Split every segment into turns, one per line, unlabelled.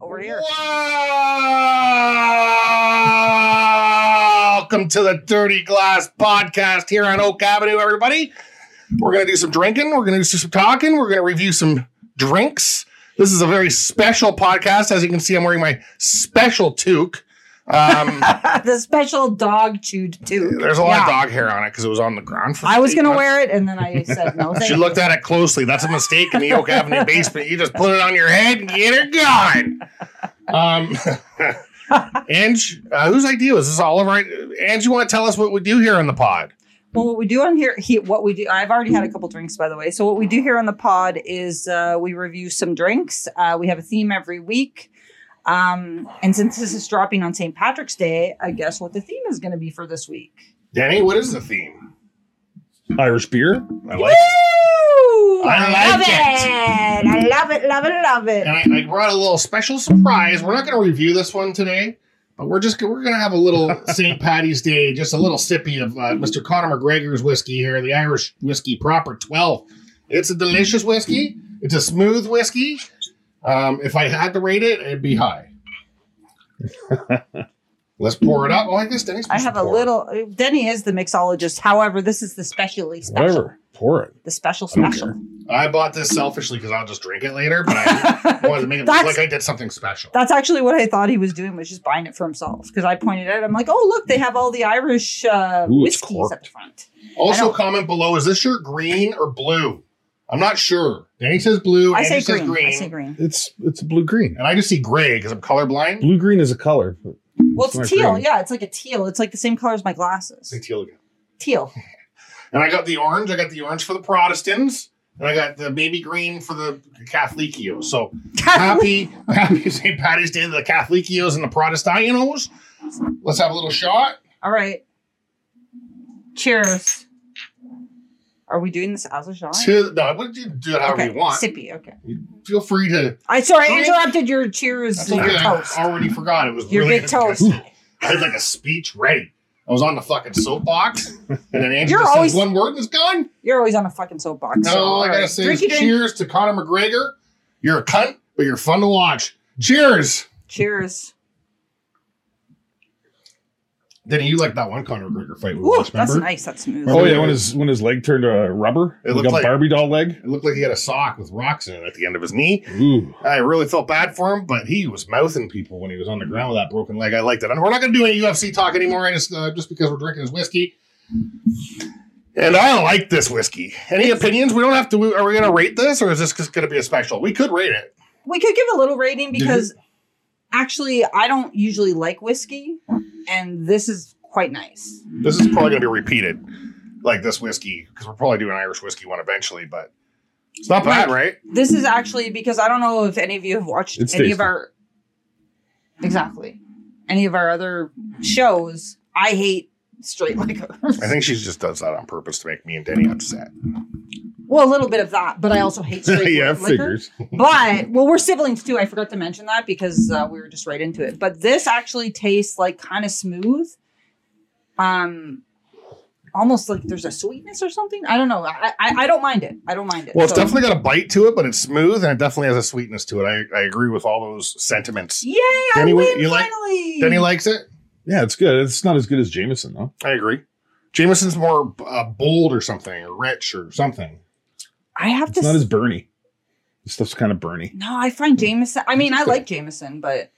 over here.
Welcome to the Dirty Glass Podcast here on Oak Avenue, everybody. We're going to do some drinking. We're going to do some talking. We're going to review some drinks. This is a very special podcast. As you can see, I'm wearing my special toque. Um,
the special dog chewed too.
there's a lot of
Yeah.
dog hair on it because it was on the ground. For
I was
eight
gonna
months.
wear it, and then I said no. Thank
She
you.
looked at it closely. That's a mistake in the Oak Avenue basement. You just put it on your head and get it gone. Um, Ange, uh, whose idea was this? All right, Ange, you want to tell us what we do here on the pod?
Well, what we do on here, he, what we do, I've already had a couple drinks, by the way. So, what we do here on the pod is uh, we review some drinks. Uh, we have a theme every week. Um, and since this is dropping on St. Patrick's Day, I guess what the theme is going to be for this week.
Denny, what is the theme? Irish beer. I like it.
Woo!
I
love
like
it. I love it, love it, love it.
And I, I brought a little special surprise. We're not going to review this one today, but we're just we're going to have a little St. Patty's Day, just a little sippy of uh, Mr. Conor McGregor's whiskey here, the Irish whiskey proper twelve. It's a delicious whiskey. It's a smooth whiskey. Um, if I had to rate it, it'd be high. Let's pour it up. Oh, I guess Denny's.
I
supposed
have
to
a
pour.
little, Denny is the mixologist. However, this is the specially special.
Whatever. Pour it.
The special
I don't
special.
I bought this selfishly because I'll just drink it later, but I wanted to make it look
That's-
like I did something special.
That's actually what I thought he was doing was just buying it for himself. Because I pointed out, I'm like, oh look, they have all the Irish uh,
Ooh, it's
whiskeys at the front. I
Also,
don't-
comment below: Is this shirt green or blue? I'm not sure. Danny says blue.
I
Andy
say
says
green. I say green.
It's it's blue green.
And I just see gray because I'm colorblind.
Blue green is a color.
Well, it's
It's not
teal.
green.
Yeah, it's like a teal. It's like the same color as my glasses.
Say teal again.
Teal.
And I got the orange. I got the orange for the Protestants, and I got the baby green for the Catholicos. So happy, happy St. Patty's Day to the Catholicos and the Protestanos. Let's have a little shot.
all right. Cheers. Are we doing this as a shot?
To no, what did you do it however
okay.
you want?
Sippy. Okay.
Feel free to.
I sorry, I
Drink.
interrupted your cheers.
That's
Your
okay. I
toast.
already forgot. It was
Your
really
big toast.
I had like a speech ready. I was on the fucking soapbox, and then Angie
You're
just says
always-
one word and it's gone.
You're always on a fucking soapbox.
And
so,
all
all
I gotta
right.
say is
Drinky drink.
cheers to Conor McGregor. You're a cunt, but you're fun to watch. Cheers.
Cheers.
Denny, you like that one Conor McGregor fight we
Ooh,
watched,
that's
remember?
nice. That's smooth.
Oh yeah, when his when his leg turned to uh, rubber,
It
it like
looked
a
like-
Barbie doll leg.
It looked like he had a sock with rocks in it at the end of his knee.
Ooh,
I really felt bad for him, but he was mouthing people when he was on the ground with that broken leg. I liked it. And we're not going to do any UFC talk anymore, I just, uh, just because we're drinking his whiskey. And I like this whiskey. Any opinions? We don't have to. Are we going to rate this, or is this just going to be a special? We could rate it.
we could give a little rating
Mm-hmm.
Did you-
because actually I don't usually like whiskey and this is quite nice.
This is probably going to be repeated, like this whiskey, because we're probably doing an Irish whiskey one eventually. But it's not bad, right?
This is actually because I don't know if any of you have watched
It's
any of
tasty.
our exactly any of our other shows. I hate straight liquor.
I think she just does that on purpose to make me and Denny upset.
well, a little bit of that, but I also hate straight
yeah,
liquor.
figures.
But well, we're siblings too. I forgot to mention that because uh, we were just right into it. But this actually tastes like kind of smooth, um, almost like there's a sweetness or something. I don't know. I I, I don't mind it. I don't mind it.
Well, it's
So-
definitely got a bite to it, but it's smooth and it definitely has a sweetness to it. I, I agree with all those sentiments.
Yay! I
Denny, what-
win
you like-
finally.
Denny likes it.
Yeah, it's good. It's not as good as Jameson though.
I agree. Jameson's more uh, bold or something, or rich or something.
I have
It's
to.
not
s-
as Bernie. This stuff's kind of Bernie.
no, I find Jameson. I mean, I like Jameson, but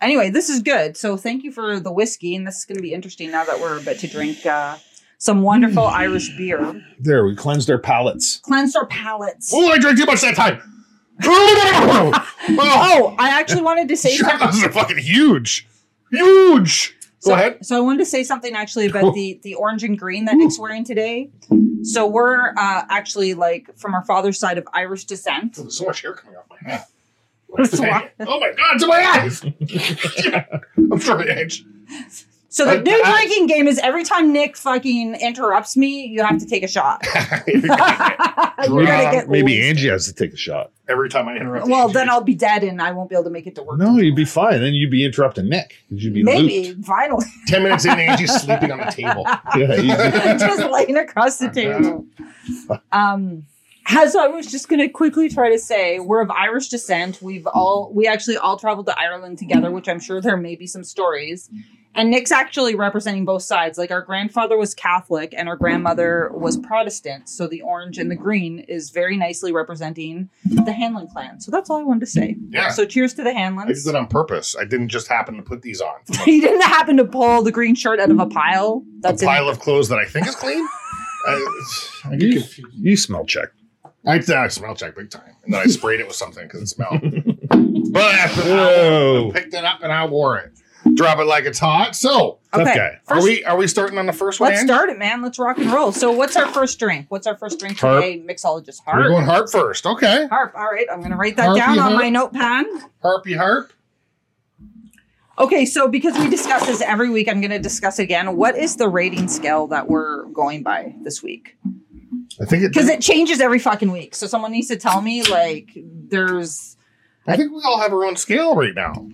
anyway, this is good. So thank you for the whiskey, and this is going to be interesting now that we're about to drink uh, some wonderful
Mm.
Irish beer.
There, we cleansed our palates.
Cleanse our palates.
Oh, I drank too much that time. oh,
Oh, I actually wanted to say
shut
something.
up, this is fucking huge, huge. Go
So,
ahead.
so I wanted to say something actually about the the orange and green that Nick's wearing today. So we're uh, actually like from our father's side of Irish descent.
There's so much hair coming off my head.
It's a lot.
oh my god, it's in my eyes! I'm sorry, Edge.
So the
Uh,
new
I-
drinking game is every time Nick fucking interrupts me, you have to take a shot. You're gonna get
Maybe
lost.
Angie has to take the shot.
Every time I interrupt,
Well,
Angie,
then I'll be dead and I won't be able to make it to work.
No, you'd be fine. Then you'd be interrupting Nick. 'cause You'd be
Maybe
looped.
finally,
ten minutes in, Angie's sleeping on the table.
Yeah, you'd be-
just laying across the table. Um, as I was just going to quickly try to say, we're of Irish descent. We've all, we actually all traveled to Ireland together, which I'm sure there may be some stories. And Nick's actually representing both sides. Like our grandfather was Catholic and our grandmother was Protestant. So the orange and the green is very nicely representing the Hanlon clan. So that's all I wanted to say.
Yeah.
So cheers to the
I did
Hanlons.
that on purpose. I didn't just happen to put these on.
he didn't happen to pull the green shirt out of a pile. That's
a
in-
pile of clothes that I think is clean. I, I get confused.
You smell check.
I, I smell check big time, and then I sprayed it with something because it smelled. but after that, I
Whoa.
picked it up and I wore it. Drop it like it's hot. So
Okay.
Okay.
are
First-
we are we starting on the first one?
Let's
Ange?
start it, man. Let's rock and roll. So, what's our first drink? What's our first drink
Harp.
today? Mixologist
We're
Harp.
going harp first. Okay.
Harp. All right. I'm going to write that
Harpy
down on
harp.
my notepad.
Harpy harp.
Okay. So, because we discuss this every week, I'm going to discuss again. What is the rating scale that we're going by this week?
I think
Because
it.
it changes every fucking week. So, someone needs to tell me, like, there's.
I think we all have our own scale right now.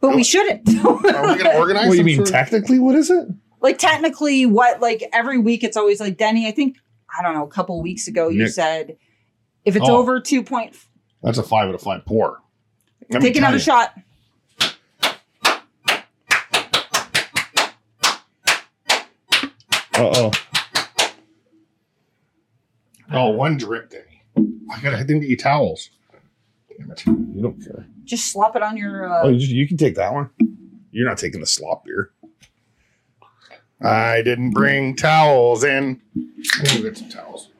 But we shouldn't.
Are we going to organize?
What do you
some
mean
sort of-
technically? What is it?
like, technically, what, like, every week it's always like, Denny, I think, I don't know, a couple weeks ago, you
Nick.
said if it's
Oh.
over 2.5,
That's a five out of five pour. Let me
take
tell
another
you.
shot.
Uh oh.
Oh, one drip day. I got. I didn't get you towels. Damn it.
You don't care.
Just slap it on your. Uh,
Oh, you, you can take that one. You're not taking the slop beer.
I didn't bring towels in. I need to get some towels.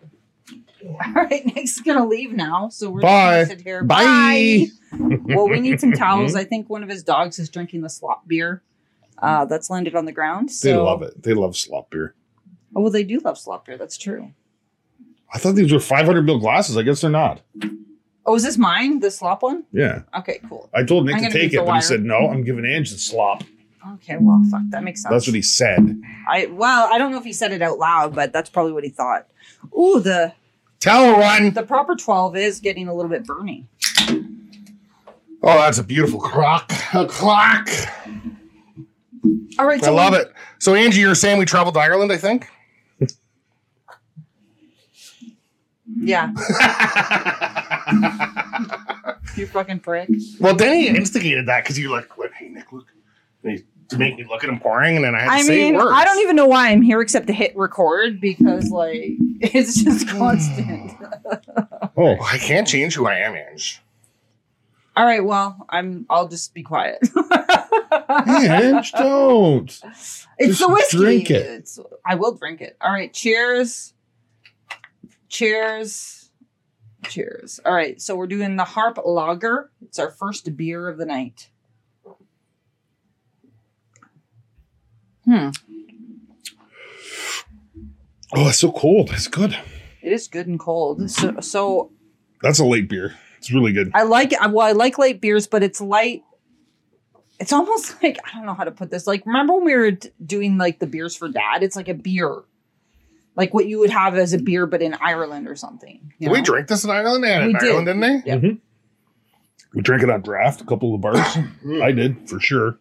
All right, Nick's gonna leave now, so we're
Bye.
just gonna sit here.
Bye. Mhm.
well, we need some towels. I think one of his dogs is drinking the slop beer. Uh, that's landed on the ground. So.
They love it. They love slop beer.
Oh, well, they do love slop beer. That's true.
I thought these were 500 mil glasses. I guess they're not.
Oh, is this mine? The slop one?
Yeah.
Okay, cool.
I told Nick
I'm
to
gonna use
take
the
it, but
wire.
he said, no, I'm giving Ange the slop.
Okay, well, fuck, that makes sense.
That's what he said.
I well, I don't know if he said it out loud, but that's probably what he thought. Ooh, the
Towel run.
the proper twelve is getting a little bit burny.
Oh, that's a beautiful crock. A clock.
All right,
I love it. So, Angie, you're saying we traveled to Ireland, I think?
Yeah, you fucking prick.
well, Denny instigated that because you were like, went, hey, Nick, look. And he to make me look at him pouring, and then I had to
I
say
mean,
words.
I don't even know why I'm here except to hit record because like it's just constant.
Oh,
I can't change who I am, Ange.
All right, well, I'm I'll just be quiet.
Ange, don't.
it's the
Just
whiskey.
drink it.
It's, I will drink it. All right, cheers. Cheers. Cheers. All right, so we're doing the Harp Lager. It's our first beer of the night. Hmm.
Oh, it's so cold. It's good.
It is good and cold. So, so
That's a late beer. It's really good.
I like I- well, I like light beers, but it's light. It's almost like I don't know how to put this. Like, remember when we were d- doing like the beers for dad? It's like a beer, like what you would have as a beer, but in Ireland or something. you
Did we
know?
drink this in Ireland? They had it
We
in
did.
Ireland, didn't they?
We drank it on draft, a couple of bars. I did, for sure.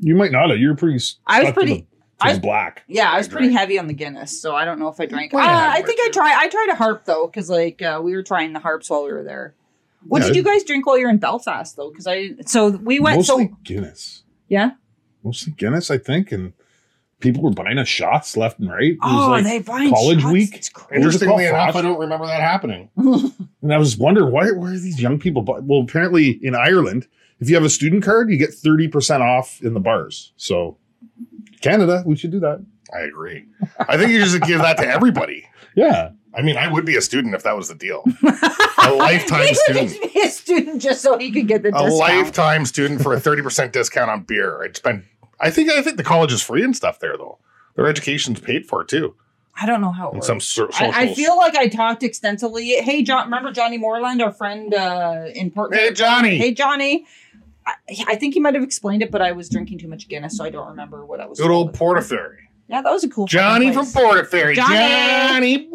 You might not have. You're pretty.
I was
stuck to
pretty-
the- to
I-
the black.
Yeah, I was
I
pretty heavy on the Guinness, so I don't know if I drank. Uh,
Well, yeah,
I
I
think I
drank
try. I tried a harp though, because like uh, we were trying the harps while we were there. What
Yeah.
did you guys drink while you're in Belfast though? Because I so we went
Mostly
so
Guinness.
yeah.
Mostly Guinness, I think. And people were buying us shots left and right. It was
Oh,
like-
they buying
college
shots?
week.
It's crazy.
What was it called?
Interestingly enough,
Frost?
I don't remember that happening.
And I was wondering why why are these young people buy? Well, apparently in Ireland, if you have a student card, you get thirty percent off in the bars. So Canada, we should do that.
I agree. I think you should give that to everybody.
Yeah,
I mean, I would be a student if that was the deal. A lifetime
he would
student.
just be a student just so he could get the
A
discount.
lifetime student for a 30% discount on beer. It's been I think I think the college is free and stuff there though. Their education's paid for too.
I don't know how it
In
works.
some so- social
I, I feel like I talked extensively. Hey, John, remember Johnny Moreland, our friend uh, in Portland?
Hey Johnny.
Hey, Johnny. I, I think he might have explained it, but I was drinking too much Guinness, so I don't remember what I was.
Good old
told.
Portaferry.
yeah, that was a cool. fucking
Johnny from
place.
Portaferry.
Johnny.
Johnny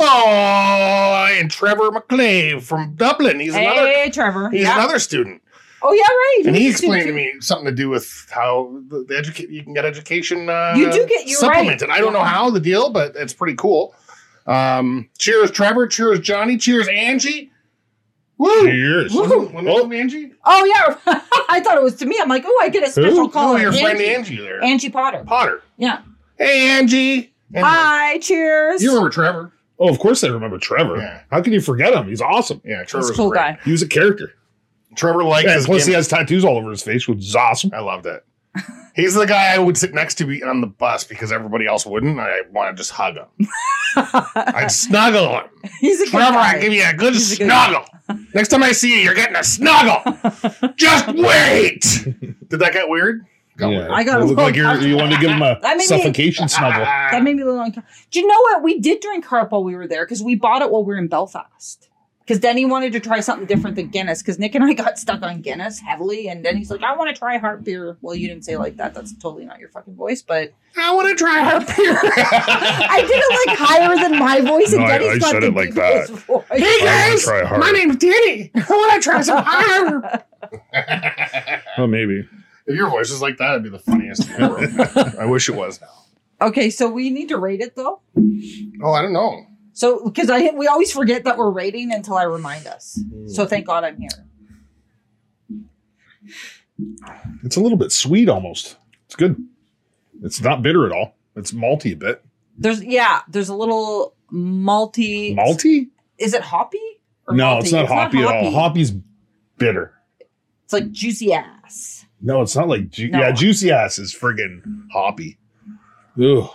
Boy and Trevor McClave from Dublin. He's another
Hey, Trevor.
he's
yeah.
another student.
oh yeah, right.
and he
was a student
explained to
too.
me something to do with how the, the educa- you can get education uh,
You do get- you're right.
supplemented. I don't know how the deal, but it's pretty cool. Um, cheers, Trevor. Cheers, Johnny. Cheers, Angie. Woo!
Cheers.
Woo.
Wasn't, wasn't
Oh.
it Angie?
Oh yeah, I thought it was to me. I'm like, oh, I get a special
Who?
Oh,
call.
your friend
Angie.
Angie there.
Angie Potter.
Potter.
Yeah.
Hey, Angie. Anyway,
Hi. Cheers.
you remember Trevor?
Oh, of course I remember Trevor.
Yeah.
How can you forget him? He's awesome.
Yeah,
He's
Trevor's
a cool
great.
guy.
He was a character.
Trevor likes
Yeah,
his
plus he
Guinness.
has tattoos all over his face, which is awesome.
I love that. He's the guy I would sit next to on the bus because everybody else wouldn't. I want to just hug him. I'd snuggle him.
He's a good
Trevor,
guy.
I give you a good
He's a good
snuggle. Next time I see you, you're getting a snuggle. Just wait. Did that get weird? Got
Yeah.
weird.
I got
It
a
looked like you're,
little-
you wanted to give him a
I mean,
suffocation snuggle.
Ah,
that made me a little uncomfortable. Do you know what? We did drink Harp while we were there because we bought it while we were in Belfast. Because Denny wanted to try something different than Guinness. Because Nick and I got stuck on Guinness heavily, and then he's like, "I want to try Harp beer." Well, you didn't say it like that. That's totally not your fucking voice, but
I want to try her beer.
I did it like higher than my voice, and
No, I-
Denny's
I
got
said
the
it like
deepest voice.
hey
I wanna
guys,
try hard.
my name's Danny. I want to try some hard.
Oh, maybe.
if your voice is like that, it'd be the funniest thing ever. I wish it was.
Okay, so we need to rate it though.
Oh, I don't know.
So because I we always forget that we're rating until I remind us. So thank God I'm here.
It's a little bit sweet almost. It's good. It's not bitter at all. It's malty a bit.
There's yeah, there's a little malty.
Malty?
Is it hoppy? or
No,
malty?
it's not hoppy at all. Hoppy's bitter.
It's like juicy ass.
No, it's not like ju-
No.
yeah, juicy ass is friggin' hoppy. Ugh.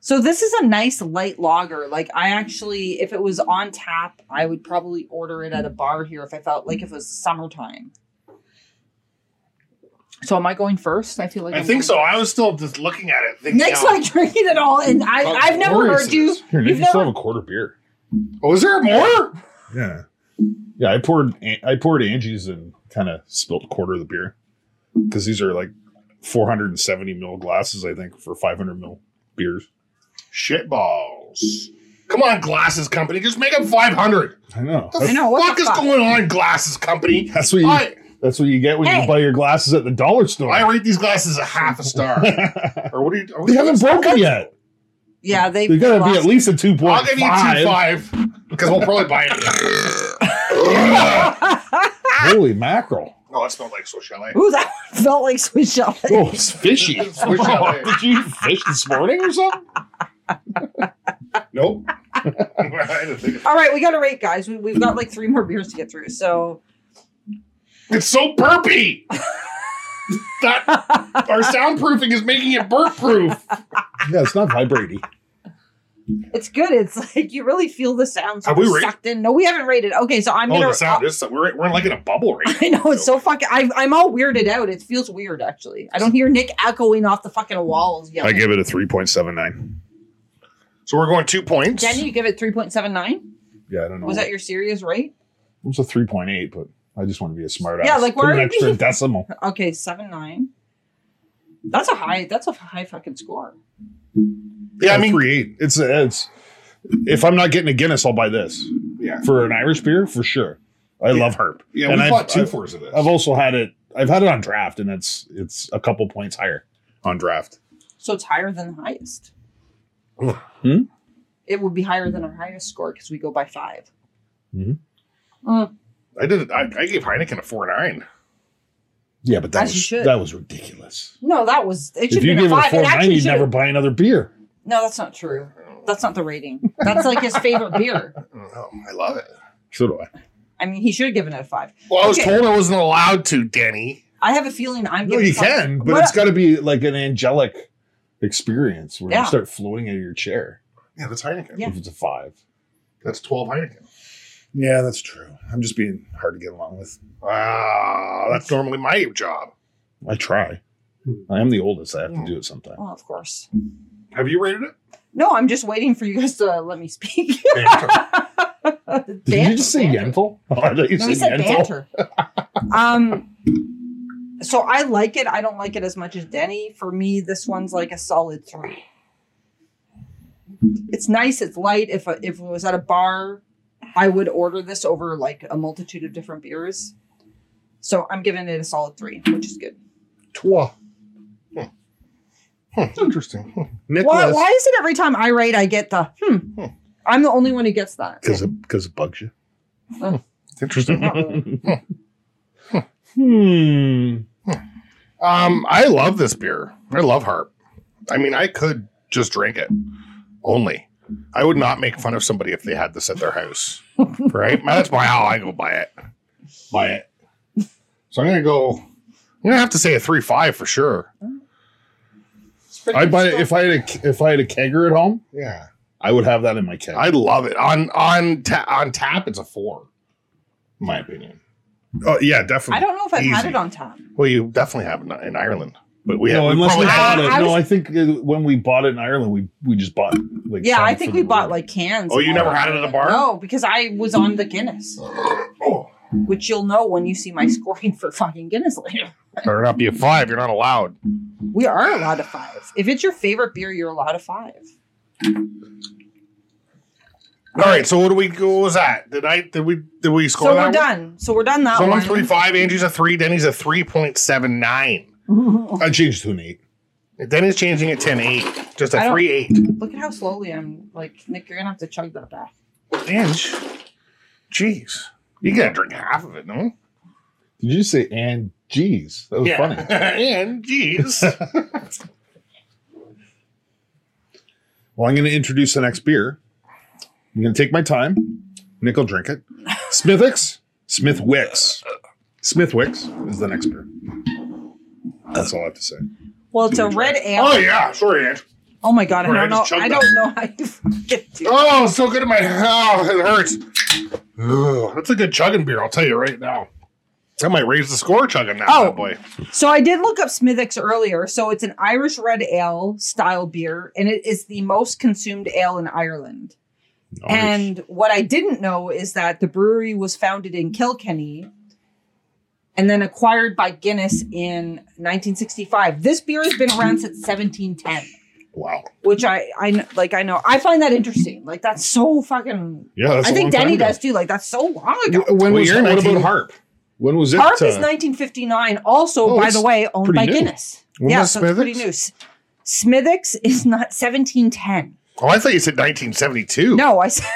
So this is a nice light lager. Like I actually, if it was on tap, I would probably order it at a bar here if I felt like if it was summertime. So am I going first? I feel like
I
I'm
think
going
so.
first.
I was still just looking at it. Thinking,
Nick's
oh,
like drinking it all, and I,
How
I've never
glorious
heard
it
you.
is.
Here, Nick,
You've
you still
never-
have a quarter beer.
"Oh, is there more?"
Yeah. Yeah, I poured An- I poured Angie's and kind of spilt a quarter of the beer because these are like 470 mil glasses, I think, for 500 mil beers.
Shit balls. Come on, glasses company, just make them five hundred.
I know.
The
That's,
I know, what
fuck
the
is
fuck?
going on, glasses company?
that's what you
I
that's what you get when
Hey.
you buy your glasses at the dollar store.
I rate these glasses a half a star.
they
or what do you? Are
haven't broken yet.
Yeah, they.
They gotta be
lost-
at least a two
I'll
point
give you two five because we'll probably buy it.
Holy mackerel!
oh, that smelled like Swiss chalet.
Ooh, that felt like sweet shell.
Oh, it's fishy.
Swiss chalet.
Did you eat fish this morning or something?
Nope. I didn't think of-
All right, we got to rate, guys. We, we've got like three more beers to get through. So
it's so burpy. that our soundproofing is making it burp proof.
Yeah, it's not vibrating.
it's good. It's like you really feel the sound
Have we rated?
sucked in. No, we haven't rated. Okay, so I'm
Oh,
gonna.
the sound is we're we're like in a bubble right
I know it's so fucking. I, I'm all weirded out. It feels weird, actually. I don't hear Nick echoing off the fucking walls. Yelling.
it a three point seven nine.
So we're going two points.
Jenny, you give it three point seven nine.
Yeah, I don't know.
Was that your serious rate?
It was a three point eight, but I just want to be a smart ass.
Yeah, like,
Put
why
an
are
extra
we-
decimal?
Okay, seven nine. That's a high. That's a high fucking score.
Yeah, I mean,
three eight. It's it's. If I'm not getting a Guinness, I'll buy this
yeah,
for an Irish beer for sure. I
Yeah.
love Herp.
yeah.
And
we
I've-
bought two
I've-
fours of this.
I've also had it. I've had it on draft, and it's it's a couple points higher on draft.
So it's higher than the highest.
Hmm?
It would be higher than our highest score because we go by five.
Mhm.
Mm.
I did. I, I gave Heineken a four nine.
Yeah, but that
As you
was
should.
that was ridiculous.
No, that was it.
If
Should
you
have been
give it
a
a
five.
four
It
nine,
actually
you'd
should.
never buy another beer.
No, that's not true. That's not the rating. That's like his favorite beer.
Oh, I love it.
So do I.
I mean, he should have given it a five.
Well, I was
Okay.
told I wasn't allowed to, Denny.
I have a feeling I'm
No,
giving.
you
something-
can, but
What-
it's got to be like an angelic experience where
Yeah.
you start floating out of your chair.
Yeah, that's Heineken.
Yeah.
If it's a five.
That's twelve Heineken.
Yeah, that's true. I'm just being hard to get along with.
Wow, Ah, that's normally my job.
I try. I am the oldest. I have to do it sometime.
Well, of course.
Have you rated it?
No, I'm just waiting for you guys to let me speak. Did
Did you just say Yentl? Oh, I thought you
No, he said
said Yentl.
banter. um, so I like it. I don't like it as much as Denny. For me, this one's like a solid three. It's nice. It's light. If if it was at a bar, I would order this over like a multitude of different beers. So I'm giving it a solid three, which is good.
Twa.
Interesting.
Why,
Nicholas.
Hmm.
why is it every time I rate, I get the hmm? I'm the only one who gets that.
because it because it bugs you.
Oh.
It's interesting.
Not really.
hmm.
Um, I love this beer. I love Harp. I mean, I could just drink it only. I would not make fun of somebody if they had this at their house, right? That's why how I go buy it. Buy it. So I'm gonna go. I'm gonna have to say a three five for sure.
I'd buy it if I had a if I had a kegger at home.
Yeah,
I would have that in my keg.
I love it on on ta- on tap. It's a four, in my opinion.
oh yeah,
I
definitely.
don't know if I've had
Easy.
it on top.
Well, you definitely have it in Ireland, but we
no,
have, we
unless we
probably have
bought
had-
it.
I
no,
was-
I think uh, when we bought it in Ireland, we we just bought like.
Yeah,
some
I
for
think
the
we bought
road.
like cans.
Oh, you never had it at a bar?
No, because I was on the Guinness,
Oh,
which you'll know when you see
Hmm.
my scoring for fucking Guinness later.
better not be a five. You're not allowed.
We are allowed a five. If it's your favorite beer, you're allowed a five.
All right, so what do we what was that? Did I did we did we score
so
that
we're
one?
done. So we're done that
So
one.
I'm three five. Angie's a three. Denny's a three point seven nine.
I changed to an eight.
Denny's changing at ten eight. Just
I
a
don't-
three eight.
Look at how slowly I'm like Nick. You're gonna have to chug that back.
Inch. Jeez, you gotta drink half of it, no?
Did you say and geez? That was funny.
and jeez.
Well, I'm going to introduce the next beer. I'm going to take my time. Nick will drink it. Smithix, Smithwicks, Smithwicks is the next beer. That's all I have to say.
Well, it's a red ale.
oh yeah, sorry, Ange.
Oh my god, I
Sorry, I
don't know.
just chugged
I
that.
don't know how you fucking do.
Oh, it's so good in my oh, it hurts. Ugh, that's a good chugging beer, I'll tell you right now. That might raise the score chugging now,
Oh.
oh. boy.
So I did look up Smithwick's earlier. So it's an Irish red ale style beer, and it is the most consumed ale in Ireland. And what I didn't know is that the brewery was founded in Kilkenny and then acquired by Guinness in 1965. This beer has been around since 1710,
wow.
which I I kn- like I know. I find that interesting. Like that's so fucking
Yeah, that's
I
a
think
long time
Denny
ago.
does too. Like that's so long ago.
W- When
Well,
was
you're
what
19
about Harp? When was it?
Harp is
uh,
1959, also
Oh,
by
it's
the way, owned
pretty
by
new.
Guinness.
When
yeah,
was
so it's pretty
Smithwick's?
new. S- Smithwick's is not 1710.
Oh, I thought you said 1972.
No, I said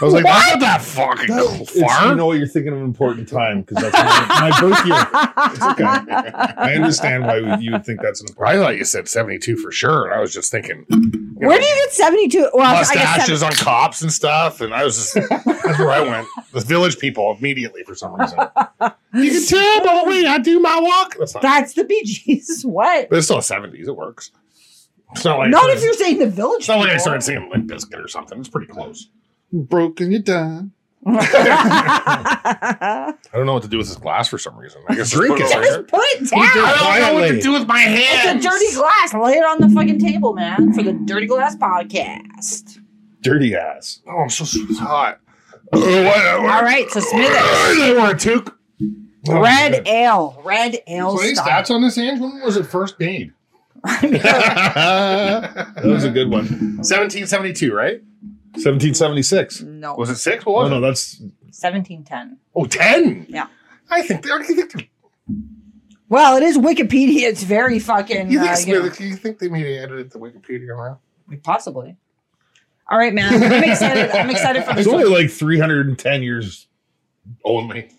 I was like,
What?
that's not that fucking
that- it's-
far.
You know what? You're thinking of an important time because that's my, my birth year. I understand why you would think that's an important
I thought you said 72 for sure. And I was just thinking you
Where
know,
do you get 72? Well, I guess seven-
mustaches on cops and stuff. And I was just, that's where I went. The village people immediately for some reason. you can tell by the way I do my walk. That's not,
That's the Bee Gees. What?
but it's still 70s. It works. It's not like,
Not if you're saying the village.
it's not like I
people.
started singing Limp Biscuit or something. It's pretty close.
Broken you down.
I don't know what to do with this glass for some reason. I guess
Drink
just put
it.
over here.
Just put it down.
I don't know what to
Quietly.
do with my
It's
hands.
a dirty glass. Lay it on the fucking table, man, for the Dirty Glass podcast.
Dirty ass.
Oh, I'm so it's hot. Uh, All right.
All right, so Smithwick's
they were a toque. Oh,
red ale, red ale
So any
style.
stats on this, Ange? When was it first made?
that was a good one.
1772, right?
1776.
No,
Was it six? What
Oh
was
no,
it?
that's
1710.
Oh, 10.
Yeah.
I think they already think they're-
Well, it is Wikipedia. It's very fucking.
you think,
uh,
Smith,
you know,
you think they maybe edited the Wikipedia around?
possibly. All right, man. I'm excited. I'm excited for this.
it's
one.
only like 310 years.
Only.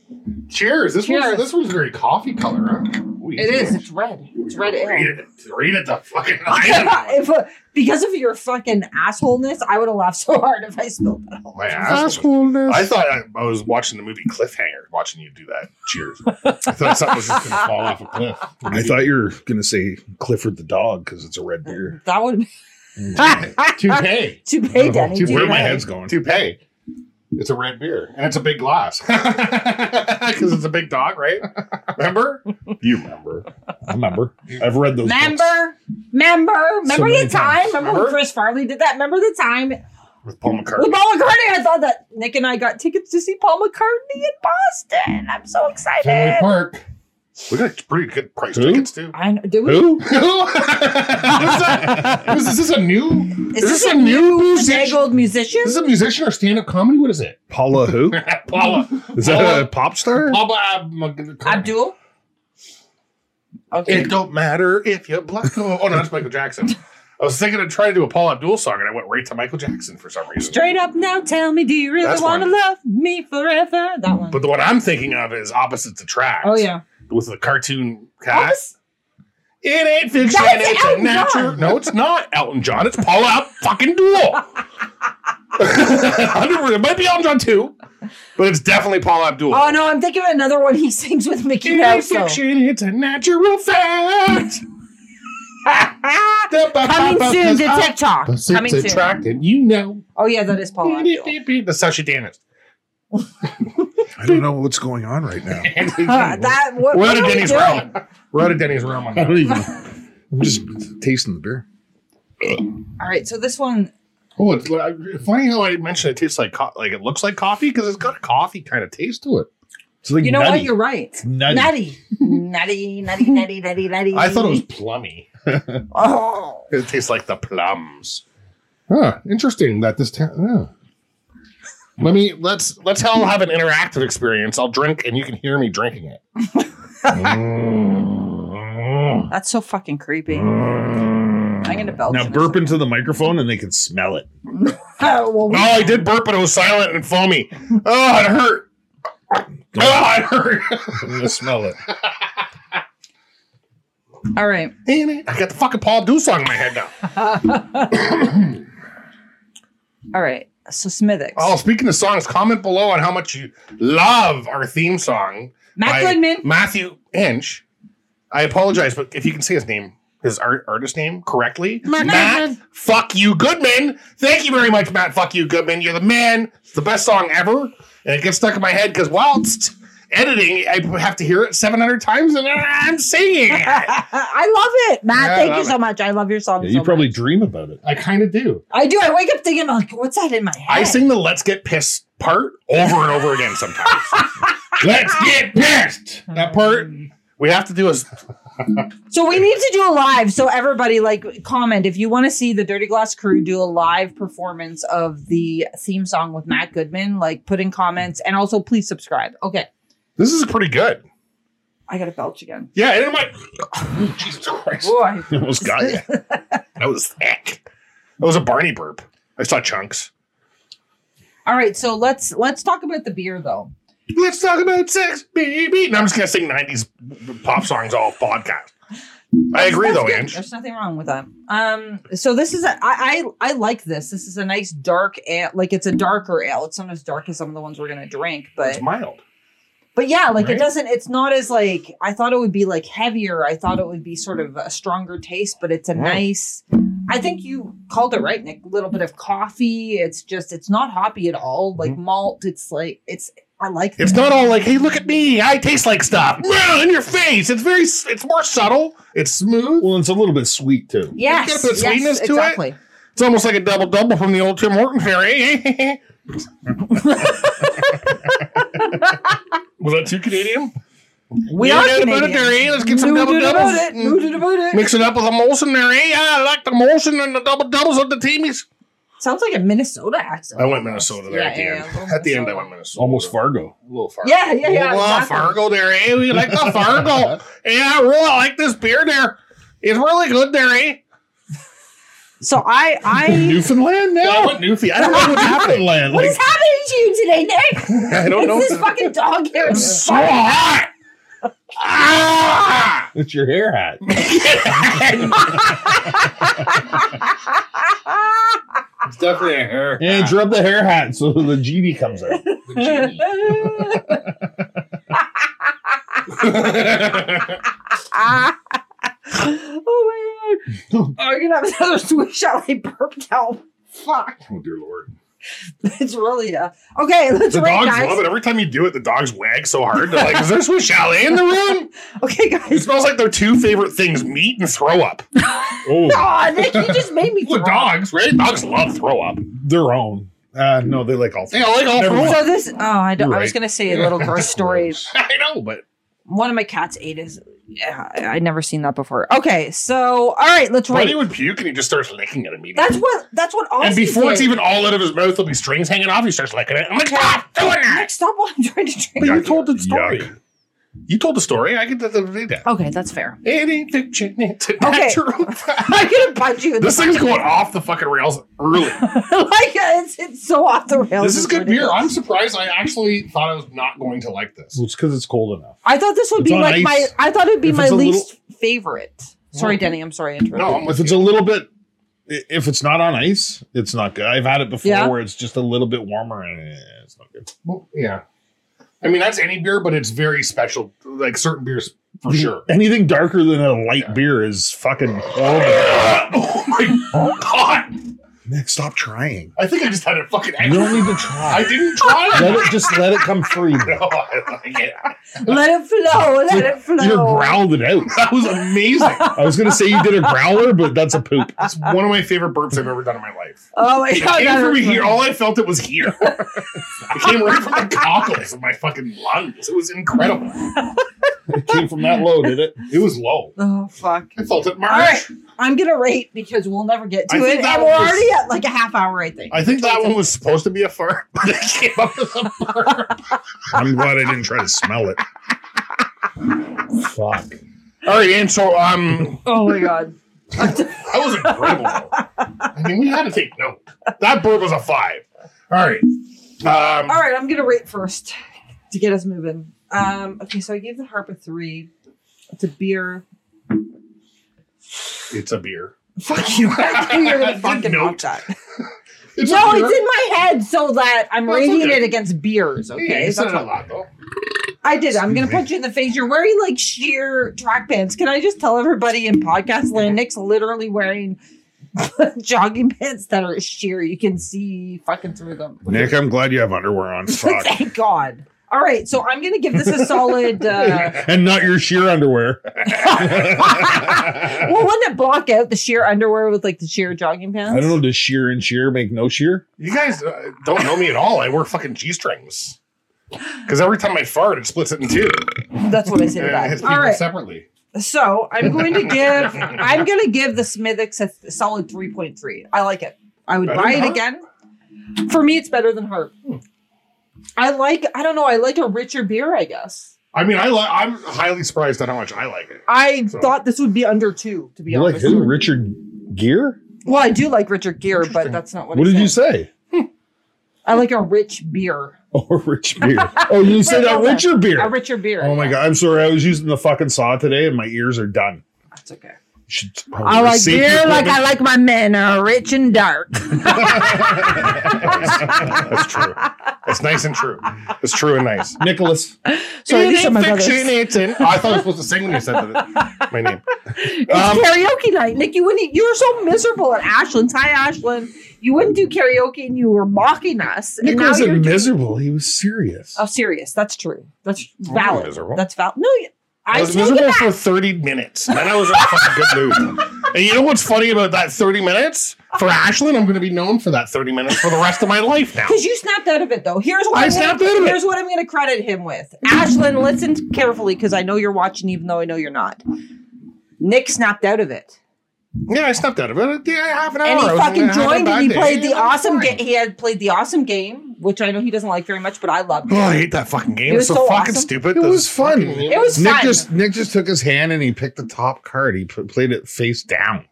Cheers. This
Cheers.
one's this one's very coffee color, huh? Ooh,
It is.
yeah.
It's red. It's
Read
red ale.
it. Read it the fucking item.
if, uh, because of your fucking assholeness, I would have laughed so hard if I spilled that whole.
My ass. I thought I, I was watching the movie Cliffhanger, watching you do that. Cheers. I thought something was just going to fall off a cliff.
I thought you were gonna say Clifford the dog because it's a red beer.
That would be
Hmm.
Toupee.
to pay Denny.
Dude,
to
where
pay.
my head's going?
Toupee. It's a red beer, and it's a big glass because it's a big dog, right? Remember?
You remember? I remember. I've read those. books.
Remember, remember, remember
many
the time.
times.
Remember, when
Remember?
Chris Farley did that. Remember the time with
With Paul McCartney.
Paul McCartney. I thought that Nick and I got tickets to see Paul McCartney in Boston. I'm so excited.
Park. We got pretty good price
Who?
tickets too.
I know, do we,
Who?
Who's that? Who's- is, this a new? Is, this, a new musician?
bedazzled musician?
Is this a musician or stand-up comedy? What is it?
Paula? Who?
Paula.
Is that a pop star?
Paula Ab- McCartney.
Abdul. Okay.
It don't matter if you're black. or- Oh no, that's oh, Michael Jackson. I was thinking of trying to do a Paul Abdul song, and I went right to Michael Jackson for some reason.
Straight up now, tell me, do you really
That's
want to
one.
love me forever? That one.
But the one I'm thinking of is Opposites Attract.
oh yeah.
With the cartoon cat.
Opposite-
It ain't fiction.
That's
it's
Elton
a natural.
John.
No, it's not Elton John. It's Paula Ab- fucking Duel. it might be Elton John too, but it's definitely Paula Abdul.
Oh no, I'm thinking of another one he sings with Mickey
it ain't
Mouse. though.
fiction. It's a natural fact.
Coming soon to TikTok. Coming
Opposites
soon.
attract, and you know.
Oh yeah, that is Paul. Abdul.
That's how she danced.
I don't know what's going on right now.
Huh, that what,
We're
what
out
are
of
we
Denny's
doing?
realm. We're out of Denny's realm. on
I
that.
don't even. I'm just tasting the beer.
All right, so this one
Oh, it's well, I- funny how I mentioned it tastes like co- like it looks like coffee because it's got a coffee kind of taste to it.
It's like
you know what?
nutty.
You're right.
nutty.
Nutty. Nutty, nutty, nutty, nutty, nutty.
I thought it was plummy.
Oh.
It tastes like the plums.
Huh, interesting that this town. yeah.
Let me let's let's all have an interactive experience. I'll drink and you can hear me drinking it. Mm.
That's so fucking creepy. I'm gonna belch.
Now
in a
burp
second.
into the microphone and they can smell it.
Oh, well,
No, I did burp, but it was silent and foamy. Oh, it hurt. Oh, it hurt.
I'm gonna smell it.
we- All right.
I got the fucking Paul Abdul song in my head now.
All right. So Smithix.
Oh, speaking of songs, comment below on how much you love our theme song.
Matt
by
Goodman.
Matthew Inch. I apologize, but if you can say his name, his art, artist name correctly, Matt, fuck you Goodman. Thank you very much, Matt. Fuck you Goodman. You're the man. It's the best song ever, and it gets stuck in my head because whilst editing, I have to hear it 700 times, and I'm singing. it.
I love it, Matt.
Yeah, I
thank you
love
so much. I love your song.
Yeah,
so
you probably
much.
dream about it.
I kind of do.
I do. I wake up thinking like, what's that in my head?
I sing the "Let's Get Pissed" part over and over again. Sometimes, let's get pissed. That part we have to do is
So we need to do a live. So everybody, like, comment if you want to see the Dirty Glass Crew do a live performance of the theme song with Matt Goodman. Like, put in comments and also please subscribe. Okay,
this is pretty good.
I gotta belch again.
Yeah, and my Jesus Christ.
Boy,
I almost got you.
That was thick. That was a Barney burp. I saw chunks.
all right. So let's let's talk about the beer though.
Let's talk about sex, baby. No, I'm just gonna sing '90s pop songs all podcast. I agree,
That's
though,
good.
Ange.
There's nothing wrong with that. Um, so this is a I I I like this. This is a nice dark ale. Like it's a darker ale. It's not as dark as some of the ones we're gonna drink, but
It's mild.
but yeah, like it
Right?
doesn't. It's not as like I thought it would be like heavier. I thought it would be sort of a stronger taste, but it's a
Mm.
nice. I think you called it right, Nick. A little bit of coffee. It's just it's not hoppy at all.
Mm-hmm.
Like malt. It's like it's. I like
It's
this.
not all like, "Hey, look at me, I taste like stuff." Well, In your face. It's very. s- It's more subtle. It's smooth.
Well, it's a little bit sweet too.
Yes,
It's got a bit of sweetness
yes,
to it.
exactly.
It's almost like a double double from the old Tim Horton fairy. was that too Canadian?
We
Yeah,
are
double
Canadian.
double dairy. Let's get some
New
double
did about
doubles. mm.
it. New did about it.
Mix it up with a Molson there, eh? Yeah, I like the Molson and the double doubles of the teamies.
Sounds like a Minnesota accent.
I went Minnesota there
Yeah,
at the
yeah,
end.
yeah, a little
at the end, I
Minnesota.
went Minnesota.
Almost Fargo.
A little Fargo.
Yeah, yeah, yeah.
Well,
exactly.
Fargo there, eh? We like the Fargo. yeah, I really like this beer there. It's really good there, eh?
So I, I,
Newfoundland
I
now.
went Newfie. I don't know what's happening.
Newfoundland.
what
Like,
is happening to you today, Nick?
I don't know.
It's this fucking dog hair.
It's so hot. Ah!
it's your hair hat.
It's definitely a hair.
And drop the hair hat so the genie comes out.
oh my god! Oh, you're gonna have another swish out. I burped out. Fuck!
Oh dear lord.
It's really uh okay. Let's
The
rate,
dogs
guys.
love it. Every time you do it, the dogs wag so hard. They're like, is there some chalet in the room?
Okay,
It
guys.
smells like their two favorite things, meat and throw up.
Oh,
Oh, Nick, you just made me.
Well,
throw up.
dogs, right? Dogs love throw up.
their own. Uh, no, they like all.
They all like all
Never
throw
mind.
up.
So this. Oh, I, don't, I was
Right.
gonna say a little gross story.
I know, but
One of my cats ate his. Yeah, I- I'd never seen that before. Okay, so all right, let's
Buddy
rate.
would puke and he just starts licking it immediately.
That's what. That's what.
and
Ozzy
before it's
did.
even all out of his mouth, there'll be strings hanging off. He starts licking it. I'm like, stop doing that.
Nick, stop while I'm trying to drink.
But you told the story. You told the story. I could read that.
Okay, that's fair.
It ain't fiction. It's a
Okay.
natural fact.
I could have punch you. in
This
the
thing's
fucking-
going off the fucking rails early.
like it's, it's so off the rails.
This is
It's
good beer.
ridiculous.
I'm surprised. I actually thought I was not going to like this.
It's because it's cold enough.
I thought this would
It's
be
on
like
ice.
my. I thought it'd be
If
my
it's a
least favorite. Sorry, Denny. I'm sorry. I interrupted.
No, I'm
If
with
it's
you.
a little bit, i- if it's not on ice, it's not good. I've had it before
Yeah.
where it's just a little bit warmer and eh, it's not good.
Well, yeah. I mean, that's any beer, but it's very special. Like certain beers, for sure.
Anything darker than a light
Yeah.
beer is fucking horrible.
oh my god!
Nick, stop trying.
I think I just had a fucking.
You don't need to
I
try.
didn't try
let
it.
it just let it come free. Nick.
No, I like it.
Let it flow. Let it flow.
You growled it out.
That was amazing.
I was gonna say you did a growler, but that's a poop.
That's one of my favorite burps I've ever done in my life.
Oh my
It
god.
came
that
from
was
here.
funny.
All I felt it was here. it came right from the cockles of my fucking lungs. It was incredible.
It came from that low, did it?
It was low.
Oh fuck.
I felt it, March.
All right, I'm gonna rate because we'll never get to
I think
it,
that
and we're
was-
already at like a half hour, I think.
I think that one was supposed to be a fart, but it came up as a burp.
I'm glad I didn't try to smell it. Fuck.
All right, and so um,
Oh my god.
that was incredible. I mean, we had to take note. That burp was a five. All right. Um,
All right, I'm gonna rate first to get us moving. Um, okay, so I gave the harp a three. It's a beer.
It's a beer.
Fuck you. I knew you were gonna
Good
fucking
note.
knock that.
It's
No,
a beer.
it's in my head so that I'm
That's
rating
okay.
it against beers.
Yeah,
Okay,
you
That's
said it
what-
a lot though.
I did. I'm gonna punch you in the face. You're wearing like sheer track pants. Can I just tell everybody in podcast land? Nick's literally wearing jogging pants that are sheer. You can see fucking through them.
Nick, I'm glad you have underwear on. Fuck.
Thank God. All right, so I'm gonna give this a solid. Uh,
and not your sheer underwear.
well, wouldn't it block out the sheer underwear with like the sheer jogging pants?
I don't know. Does sheer and sheer make no sheer?
You guys uh, don't know me at all. I wear fucking g strings. Because every time I fart, it splits it in two.
That's what I say to
Yeah, it
that.
hits
All
people
right,
separately.
so I'm going to give I'm going to give the Smithix a th- solid 3.3. I like it. I would
Better
buy
than
it
Harp?
again. For me, it's better than Harp.
Hmm.
I like. I don't know. I like a richer beer. I guess.
I mean, I li- I'm highly surprised at how much I like it.
I
So-
thought this would be under two. To be
You like
honest,
who? Richard Gear?
Well, I do like Richard Gere, but that's not what.
What
I
did
said.
you say?
I like a rich beer.
Oh, rich beer. Oh, you said that
Wait,
richer
A
beer.
richer beer.
Oh my god, I'm sorry. I was using the fucking saw today, and my ears are done.
That's okay.
Oh, You Should probably
I like
safety
beer like I
equipment.
like my men are rich and dark.
That's true. That's nice and true. It's true and nice.
Nicholas.
Sorry,
It
these are
ain't
my
fiction,
brothers.
it's in. I thought I was supposed to sing when you said that. My name. Um,
it's karaoke night, Nick. You wouldn't. e, You were so miserable at Ashland's. Hi, Ashland. You wouldn't do karaoke, and you were mocking us. And
Nick
now you're
wasn't miserable. He was serious.
oh, serious. That's true. That's
wasn't
valid.
miserable.
That's valid. No, you-
I
I
was
take it
miserable
back.
for 30 minutes. Then I was in a fucking good mood. And you know what's funny about that 30 minutes? For Ashland, I'm going to be known for that 30 minutes for the rest of my life now.
Because you snapped out of it, though. Here's what
I
I'm
snapped
gonna,
out of it.
Here's what I'm going to credit him with. Ashlyn, listen carefully, because I know you're watching, even though I know you're not. Nick snapped out of it,
Yeah, I snapped out of it. Yeah, half an hour.
and
I
he
was
fucking
in- had a
joined,
bad
and he
day.
played the
Yeah,
awesome
fine.
game. He had played the awesome game, which I know he doesn't like very much, but I loved.
Oh,
It.
I hate that fucking game.
It
It's
was
so,
so
fucking
awesome.
stupid.
It
Those
was fun.
fucking-
It was
Nick
fun.
just Nick just took his hand and he picked the top card. He put, played it face down.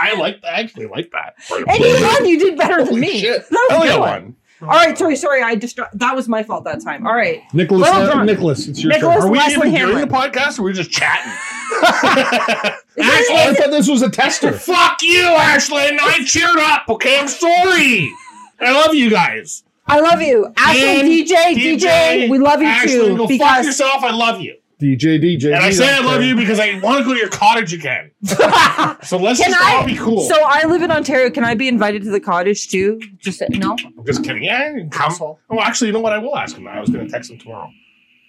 I like. I actually like that.
And you won. You did better than me.
shit.
That was a
Hell yeah,
good one.
one.
All right, sorry, sorry. I just that was my fault that time. All right,
Nicholas, uh,
Well done.
Nicholas, it's your
Nicholas-
turn.
Are we
Leslie
even doing
Hamlin.
the podcast or are we just chatting?
Actually, I thought this was a tester.
Fuck you, Ashlyn. I cheered up. Okay, I'm sorry. I love you guys.
I love you, Ashley
And
DJ, DJ, We love you
Ashlyn,
too
Go fuck
because
yourself. I love you.
DJ, DJ.
And I
we
say I
don't
love
care.
you because I want to go to your cottage again. so let's
Can
just
I-
all be cool.
so I live in Ontario. Can I be invited to the cottage too? Just no.
I'm just kidding. Yeah, you can come. Oh, actually, you know what? I will ask him. I was going to text him tomorrow.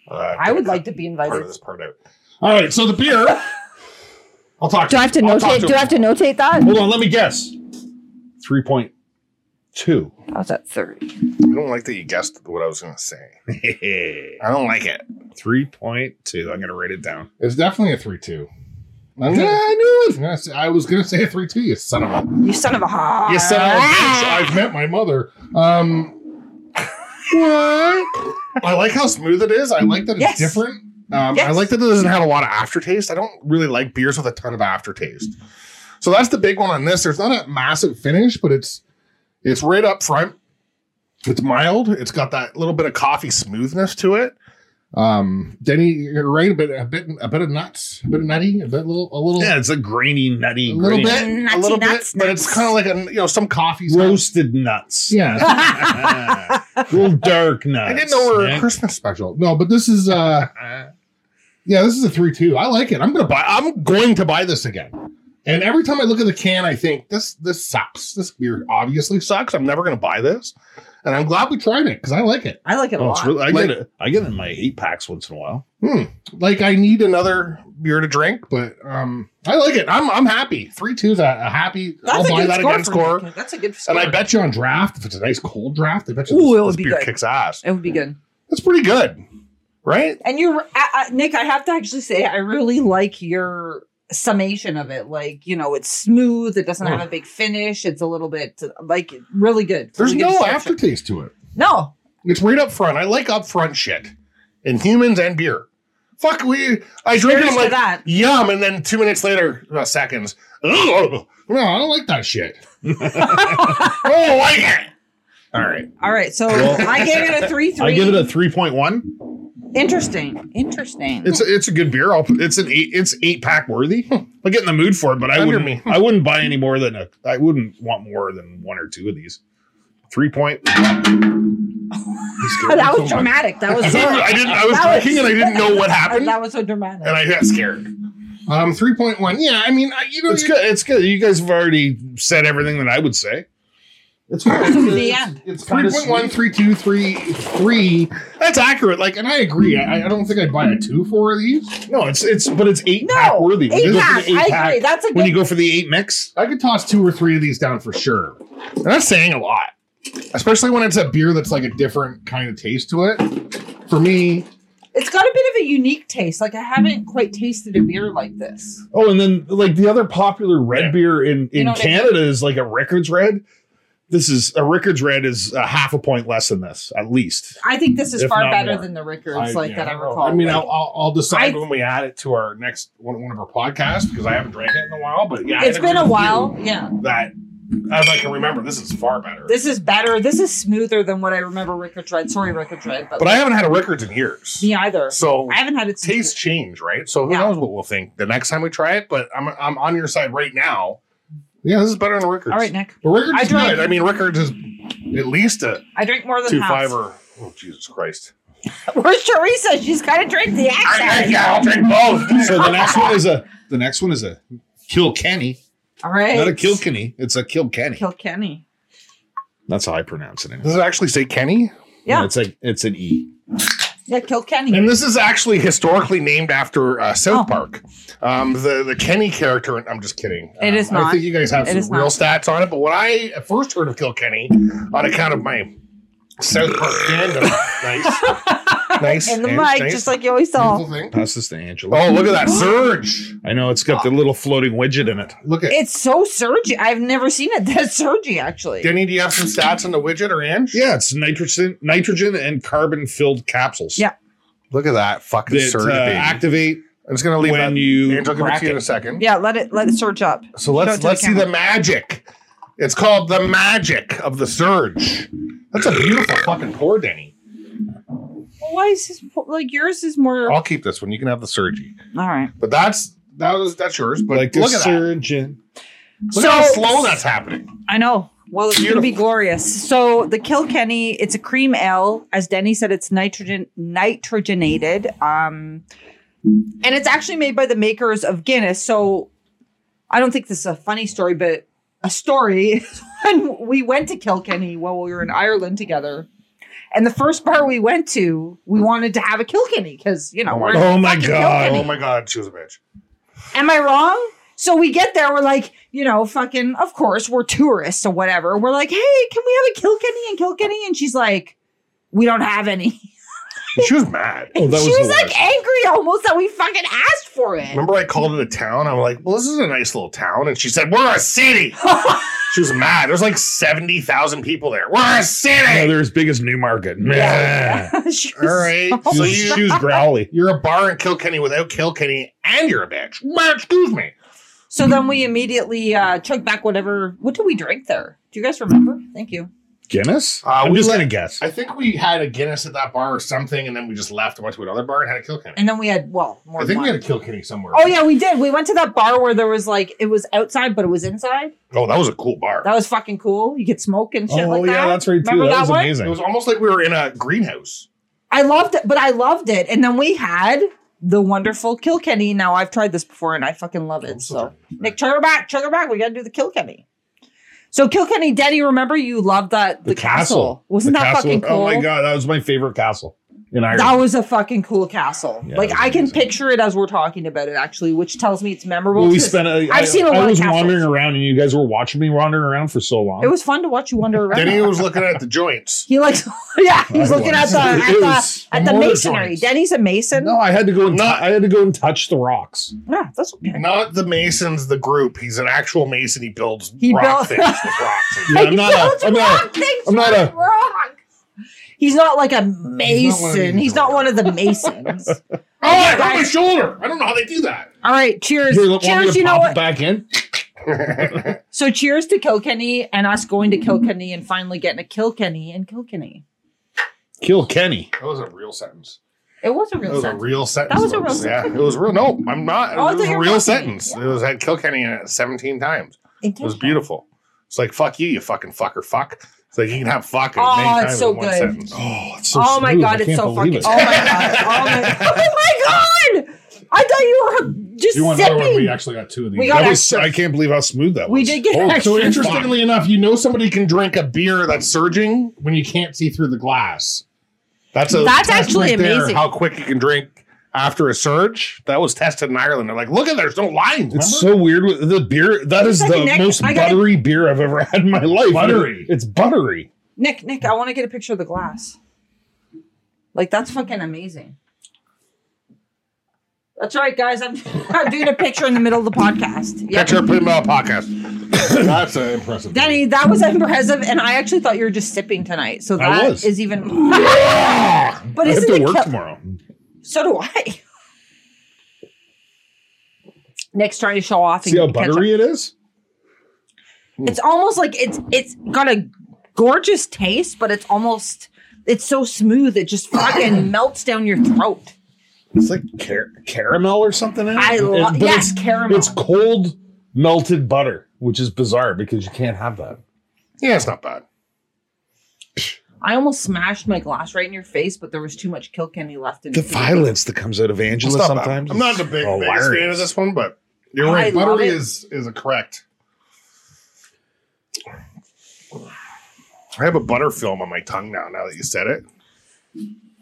Uh,
I would
cut
like to be
part of
invited.
this part out. All right, so the beer. I'll talk.
Do I have to
I'll talk
notate? Do I
him.
have to notate that?
Hold on, let me guess. 3.2.
I was at thirty.
I don't like that you guessed what I was going to say.
3.2.
I don't like it.
I'm going to write it down.
It's definitely a 3 2. I'm
Yeah,
gonna, I knew it. I was going to say a 3 2, you son of a.
You son of a ha.
You son of a bitch.
I've met my mother. Um,
What? I like how smooth it is. I like that it's
Yes.
different. Um, I
Yes.
like that it doesn't have a lot of aftertaste. I don't really like beers with a ton of aftertaste. So that's the big one on this. There's not a massive finish, but it's it's right up front. It's mild. It's got that little bit of coffee smoothness to it. Um, Denny, you're right. A bit, a bit, a bit of nuts, a bit of nutty, a bit, little, a little,
Yeah, it's a grainy, nutty,
a little
grainy-
bit, a
Nutty
little bit.
nuts,
But it's
nuts.
kind of like a you know some coffees.
roasted nuts.
Yeah,
little dark nuts.
I didn't know we were a
Nick.
Christmas special. No, but this is uh yeah, this is a three two. I like it. I'm gonna buy I'm going to buy this again. And every time I look at the can, I think this this sucks. This beer obviously sucks. I'm never gonna buy this. And I'm glad we tried it because I like it.
I like it a
Oh,
lot.
it's really, I
Like-
get it. I get it in my eight packs once in a while.
Like I need another beer to drink, but um I like it. I'm I'm happy. Three two is a, a happy I'll buy that again
for
score.
Dunkin'. That's a good score.
And I bet you on draft, if it's a nice cold draft, I bet you
Ooh,
this,
it would
this
be
beer
good.
kicks ass.
it would be good.
That's pretty good, right?
And you're uh, uh, Nick. I have to actually say, I really like your summation of it. Like you know, it's smooth. It doesn't
Mm.
have a big finish. It's a little bit like really good.
There's
Really good
no
description.
aftertaste to it.
No,
It's right up front. I like up front shit in humans and beer. Fuck, we. I drink it.
cheers
I'm
to
like,
that.
yum. And then two minutes later, uh, seconds. Ugh, no, I don't like that shit. I don't like it. All right.
All right, so
Well-
I gave it a three three.
I give it a three point one.
interesting, interesting.
It's a, it's a good beer. I'll, it's an eight it's eight pack worthy. I get in the mood for it, but I
Under
wouldn't
me.
I wouldn't buy any more than a I wouldn't want more than one or two of these. Three point.
Oh, that was dramatic. That was.
I didn't. I was
That
drinking and I didn't know what happened,
that was so
and
dramatic.
I got scared. Um, three point one. Yeah, I mean, I, you know,
It's good. It's good. You guys have alrety said everything that I would say.
It's good.
The end.
It's kind of
3.1, 3.2, 3.3. That's accurate. Like, and I agree. I, I don't think I'd buy a two for these.
No, it's it's but it's eight pack
No,
worthy. When you
eight
go for
pack.
the eight
I
pack-
agree. That's a
when you
good.
go for the eight mix,
I could toss two or three of these down for sure. And that's saying a lot, especially when it's a beer that's like a different kind of taste to it. For me,
It's got a bit of a unique taste. Like I haven't quite tasted a beer like this.
Oh, and then like the other popular red
Yeah.
beer in, in
know what I mean?
Canada is like a Rickards Red. This is a Rickards Red is a half a point less than this, at least.
I think this is
If
far
not
better
more.
than the Rickards,
I-
like
yeah,
that I
don't know.
recall.
I mean, I'll, I'll, I'll decide
I-
when we add it to our next one, one of our podcasts because I haven't drank it in a while. But yeah,
it's
I'd agree
been a
with you
while. Yeah,
That as I can remember, this is far better.
this is better. This is smoother than what I remember Rickards Red. Sorry, Rickards Red, but,
but I haven't had a records in years,
me either.
so
I haven't had it. since-
taste change, right? So who
Yeah.
knows what we'll think the next time we try it? But I'm I'm on your side right now. Yeah, this is better than records.
All right, Nick.
But Rickards
I
is
drank-
good. I mean, Rickards is at least a
I drink more than
two
half.
five or oh Jesus Christ.
Where's Teresa? She's got to drink the
I, I,
accent.
yeah, I'll drink both.
So the next one is a the next one is a Kilkenny,
All right.
not a Kilkenny. It's a Kilkenny.
Kilkenny.
That's how I pronounce it. Anyway.
Does it actually say Kenny?
Yeah.
it's like it's an E.
Yeah, Kilkenny.
And this is actually historically named after uh, South
Oh.
Park. Um, the the Kenny character. I'm just kidding.
It
Um,
is
I
not.
think you guys have
It is
some real
not.
stats on it. But when I first heard of Kilkenny, on account of my South Park fandom, nice, nice,
in the mic,
nice, nice.
just like you always saw.
beautiful thing.
Pass this to Angela.
Oh, look at that surge!
I know it's got the little floating widget in it.
Look at
It's so surgy. I've never seen it that surgy, actually.
Denny. Do you have some stats on the widget or Ange?
Yeah, it's nitrogen, nitrogen and carbon filled capsules.
Yeah.
Look at that fucking
that
surge,
uh,
baby.
activate
I'm just gonna leave
when
that.
you
Angel, give it
crack
to you in a
it.
second.
Yeah, let it let it surge up.
So
Show it
let's
to the
let's see
camera.
the magic. It's called the magic of the surge. That's a beautiful fucking pour, Denny.
Well, why is his like yours is more? All
I'll keep this one. You can have the surgy.
right.
But that's that was that's yours. But
like
look
a
at that.
surgeon.
Look at how slow that's happening.
I know. Well, it's going to be
Beautiful.
glorious. So the Kilkenny, it's a cream ale. As Denny said, it's nitrogen nitrogenated, um, and it's actually made by the makers of Guinness. So I don't think this is a funny story, but a story is when we went to Kilkenny while we were in Ireland together. And the first bar we went to, we wanted to have a Kilkenny because you know
Oh my
we're in
Oh my
fucking
god.
Oh my god, she was a bitch.
Am I wrong? So we get there, we're like, you know, fucking, of course, we're tourists or whatever. We're like, hey, can we have a Kilkenny and Kilkenny? And she's like, we don't have any.
She was mad.
Oh, that
she
was
was
the
like
worst.
angry almost that we fucking asked for it.
Remember, I called it a town. I'm like, well, this is a nice little town, and she said, "We're a city." she was mad. There's like seventy thousand people there. We're a
No,
city.
they're as big as Newmarket. Yeah.
She was-
All right.
She
So
was-
you,
she was growly.
you're a bar in Kilkenny without Kilkenny, and you're a bitch. Well, excuse me.
So then we immediately uh, chug back whatever. What did we drink there? Do you guys remember? Thank you.
Guinness?
Uh,
I'm
we
just
let-
going to guess.
I
think we had a Guinness at that bar or something, and then we just left and went to another bar and had a Kilkenny.
And then we had well more.
I think
wine.
we had a Kilkenny somewhere.
Oh yeah, we did. We went to that bar where there was like it was outside, but it was inside.
Oh, that was a cool bar.
That was fucking cool. You could smoke and shit
Oh,
like that.
yeah, that's right, too.
Remember
that,
that
was
one?
amazing.
It was almost like we were in a greenhouse.
I loved it, but I loved it. And then we had the wonderful Kilkenny. Now I've tried this before and I fucking love
Oh,
it. So Nick, chug her back, chug her back. We gotta do the Kilkenny. So Kilkenny, Denny, remember you loved that the, castle. Wasn't
The
that
castle-
fucking cool?
Oh, my God. That was my favorite castle in Ireland.
That was a fucking cool castle.
Yeah,
like
it was
I can
amazing.
picture it as we're talking about it, actually, which tells me it's memorable.
Well, we
'cause
spent. A,
I've seen a lot
I
of
was
castles.
wandering around, and you guys were watching me wander around for so long.
it was fun to watch you wander around.
Denny was looking at the joints.
He likes, yeah, he was
I
looking at
was.
the at
It
the,
was
at the
mortar
masonry.
joints.
Denny's a mason.
no, I had to go and t- I had to go and touch the rocks.
Yeah, that's okay.
Not the Masons, the group. He's an actual Mason. He builds
He built-
rock things with rocks.
Yeah, I'm not
Don't
a. I'm not.
rock things
I'm not
with
a-
rock. He's not like a
one of these
mason. He's not one of the masons.
Oh, I hurt my shoulder. I don't know how they do that.
All right,
A,
cheers.
here, look, want me
cheers.
to
You know
pop
what?
it Back in.
So cheers to Kilkenny and us going to Kilkenny and finally getting a Kilkenny and Kilkenny.
Kill Kenny.
That was a real sentence.
It was a
That
real
was a
sentence.
real sentence.
was a real
folks. Yeah, it was real. No, I'm not.
Oh, I
it
thought
was
you
a
were
real
mocking
sentence.
me.
It was had Kilkenny in it 17 times.
It
It was
did.
beautiful. It's like fuck you, you fucking fucker, fuck. It's like you can have fuck as
Oh,
many
it's
times
so
in one
good.
sentence.
Oh, it's
oh my
smooth. I
god, it's
can't
so fucking.
believe
Oh my god. Oh my, oh my god. I thought you were just
You want to know when we
sipping.
actually got two of these?
We got
That
extra.
was, I can't believe how smooth that was.
We did get
Oh,
extra.
so interestingly enough, you know somebody can drink a beer that's surging when you can't see through the glass.
That's a
That's
test
actually
there,
amazing.
how quick you can drink after a surge. That was tested in Ireland. They're like, look at there's no lines.
It's
remember?
so weird. with The beer that is
It's like
the
a neck-
most
I gotta-
buttery beer I've ever had in my life.
Buttery.
It's buttery.
Nick, Nick, I want to get a picture of the glass. Like that's fucking amazing. That's right, guys. I'm, I'm doing a picture in the middle of the podcast. Yeah.
Catch up in my podcast.
That's uh, impressive.
Denny, that was impressive, and I actually thought you were just sipping tonight. So
I
that
was.
is even. but
I have
isn't
to
it
work
Kil-
tomorrow.
So do I. Nick's trying to show off. and
See how
catch up.
buttery it is.
It's almost like it's it's got a gorgeous taste, but it's almost it's so smooth it just fucking melts down your throat.
It's like car- caramel or something. In it.
I lo-
It- but
yes,
it's,
caramel.
It's cold melted butter, which is bizarre because you can't have that.
Yeah, it's not bad.
I almost smashed my glass right in your face, but there was too much Kilkenny left in
The
it.
violence that comes out of
It's
Angela
not bad.
sometimes.
I'm not the big
Oh,
biggest fan of this one, but
You're
I
right.
love
Buttery
it.
is is a correct.
I have a butter film on my tongue now. Now that you said it,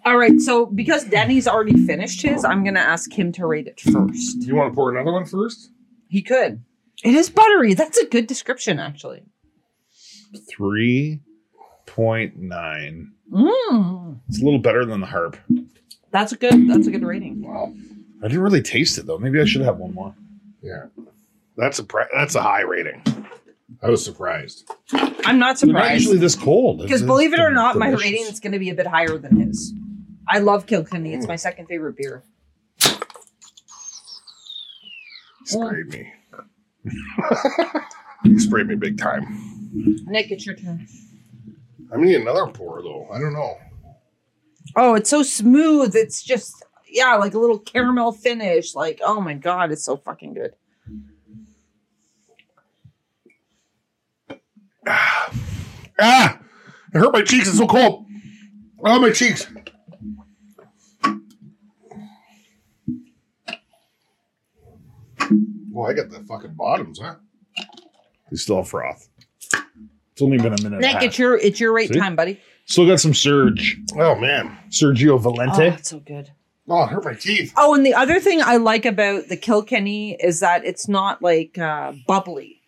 All right, so because Denny's already finished his, I'm gonna ask him to rate it first.
You want to pour another one first?
He could. It is buttery. That's a good description, actually.
Three point nine.
Mm,
It's a little better than the harp.
that's a good. That's a good rating.
Wow.
I didn't really taste it though. Maybe I should have one more.
Yeah.
that's a pre- that's a high rating.
I was surprised.
I'm not
They're not
surprised.
usually this cold.
Because
It's-
believe it
it's
or not, my
delicious.
rating is going to be a bit higher than his. I love Kilkenny. It's my second favorite beer.
Sprayed me. you sprayed me big time.
Nick, it's your turn.
I need another pour though. I don't know.
Oh, it's so smooth. It's just yeah, like a little caramel finish. Like oh my god, it's so fucking good.
Ah, it hurt my cheeks. It's so cold. Oh, my cheeks.
Well, I got the fucking bottoms, huh?
We still have froth. It's only been a minute. and a
Nick,
half.
it's your it's your rate
See?
time, buddy.
Still got some Serge.
Oh man.
Sergio
Oh,
Valente.
it's so good.
Oh, it hurt my teeth.
Oh, and the other thing I like about the Kilkenny is that it's not like uh, bubbly.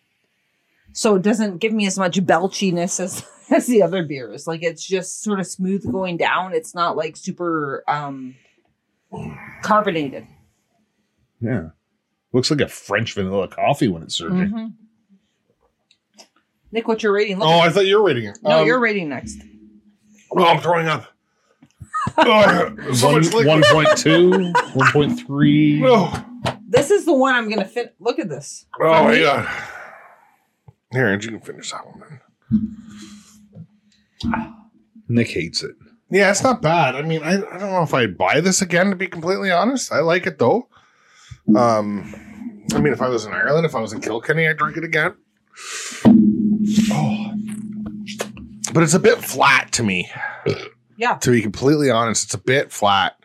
so it doesn't give me as much belchiness as as the other beers. Like it's just sort of smooth going down. It's not like super um carbonated.
Yeah. Looks like a French vanilla coffee when it's served. in.
Mhm. Nick, what's your rating? Look
Oh,
at-
I thought you were reading it.
no,
Um,
your rating next.
Oh, I'm throwing up. Oh,
Mm-hmm.
so
One-
much liquid.
1.2, 1.3.
oh,
This is the one I'm gonna fit. Look at this.
oh my god. Here, and you can finish that one. Then.
Nick hates it.
Yeah, it's not bad. I mean, I, I don't know if I'd buy this again, to be completely honest. I like it though. Um, I mean, if I was in Ireland, if I was in Kilkenny, I'd drink it again. Oh. But it's a bit flat to me.
Yeah. Mm.
To be completely honest, it's a bit flat.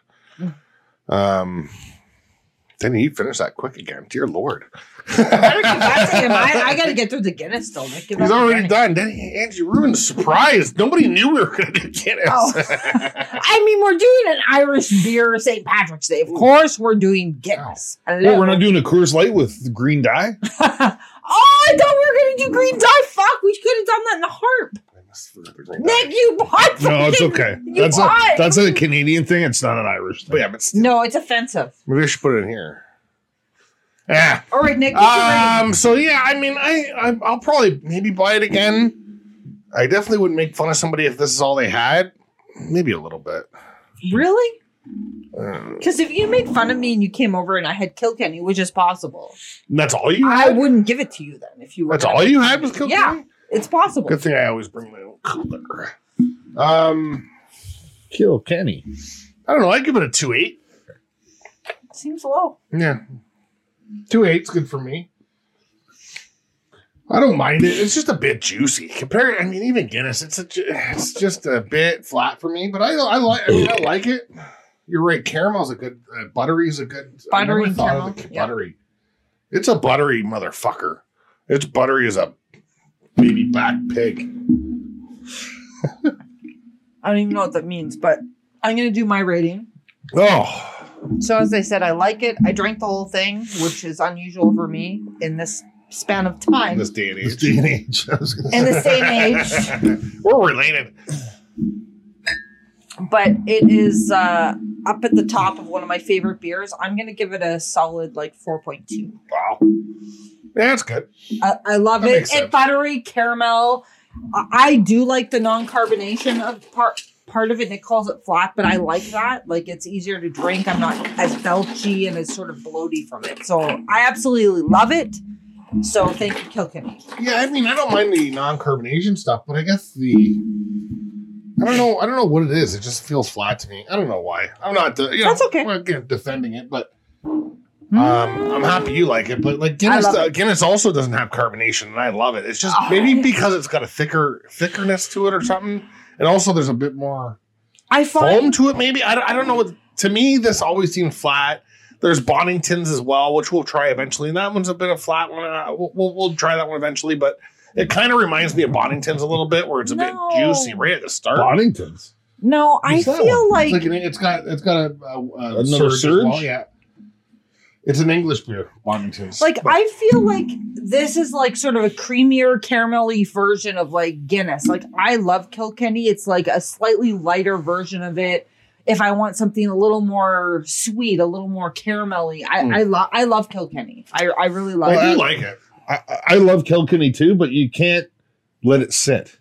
Um, then you finish that quick again. Dear Lord.
I don't give that to him. I, I gotta get through the Guinness still, Nick. Give that
He's
to
already
Guinness.
done. Then Angie ruined the surprise. Nobody knew we were going to do Guinness.
Oh. I mean, we're doing an Irish beer St. Patrick's Day. Of course, we're doing Guinness. Hello.
Oh. Well, we're not doing a Coors Light with green dye.
oh, I thought we were going to do green dye. Fuck, we could have done that in the harp.
I must have forgotten that.
Nick, you bought
No, it's
fucking-
okay.
You
That's a,
bought-
that's a Canadian thing. It's not an Irish
But
thing.
yeah, but still.
No, it's offensive.
Maybe I should put it in here. Yeah.
All right, Nick. what's your
Ah.
rating?
Um. So yeah, I mean, I, I I'll probably maybe buy it again. I definitely wouldn't make fun of somebody if this is all they had. Maybe a little bit.
really?
Uh,
Because if you made fun of me and you came over and I had Kilkenny, which is possible,
that's all you.
I
Had?
wouldn't give it to you then. If you were
That's
gonna
all
make
you
fun
had
of
was
me.
Kilkenny.
Yeah, it's possible.
Good thing I always bring my own cooler. Um.
Kill Kenny.
I don't know. I'd give it a two eight.
Seems low.
Yeah. Two eight's good for me. I don't mind it. It's just a bit juicy compared. I mean, even Guinness, it's a, ju- it's just a bit flat for me. But I, I like, I mean, I like it. You're right. Caramel's a good. Uh, buttery is a good. I never
Buttery
thought of
caramel,
the-
yeah.
Buttery. It's a buttery motherfucker. It's buttery as a baby back pig.
I don't even know what that means, but I'm going to do my rating.
Oh,
So as I said, I like it. I drank the whole thing, which is unusual for me in this span of
in
time.
this day and age.
day and age. I was gonna
In this day and age.
We're related.
But it is uh, up at the top of one of my favorite beers. I'm gonna give it a solid like 4.2.
Wow. Yeah, it's good.
I, I love
That
it.
makes
It
sense.
buttery caramel. I, I do like the non-carbonation of part part of it. Nick calls it flat, but I like that. Like it's easier to drink. I'm not as belchy and as sort of bloaty from it. So I absolutely love it. So thank you, Kilkenny.
Yeah, I mean, I don't mind the non-carbonation stuff, but I guess the I don't know, I don't know what it is. It just feels flat to me. I don't know why. I'm not, de- you know,
That's okay.
I'm not gonna- defending it, but um, I'm happy you like it. But like Guinness,
love
uh, Guinness also doesn't have carbonation, and I love it. It's just
Oh.
maybe because it's got a thicker thickerness to it or something, and also there's a bit more
I
foam
find
to it. Maybe I don't, I don't know. What to me, this always seemed flat. There's Bonningtons as well, which we'll try eventually. And that one's a bit of flat one. Uh, We'll, we'll, we'll try that one eventually, but it kind of reminds me of Bonningtons a little bit, where it's a
No.
bit juicy right at the start.
Boningtons.
no, I
What's that
feel like,
it's, like an, it's got it's got a, a, a
Another
surge as
surge?
well, yeah, it's an English beer, Bonningtons.
like
But-
I feel like this is like sort of a creamier caramelly version of like Guinness. Like I love Kilkenny. It's like a slightly lighter version of it. If I want something a little more sweet, a little more caramelly, I,
Mm.
I love I love Kilkenny. I, I really love
I
it.
do like it.
I, I- I love Kilkenny too, but you can't let it sit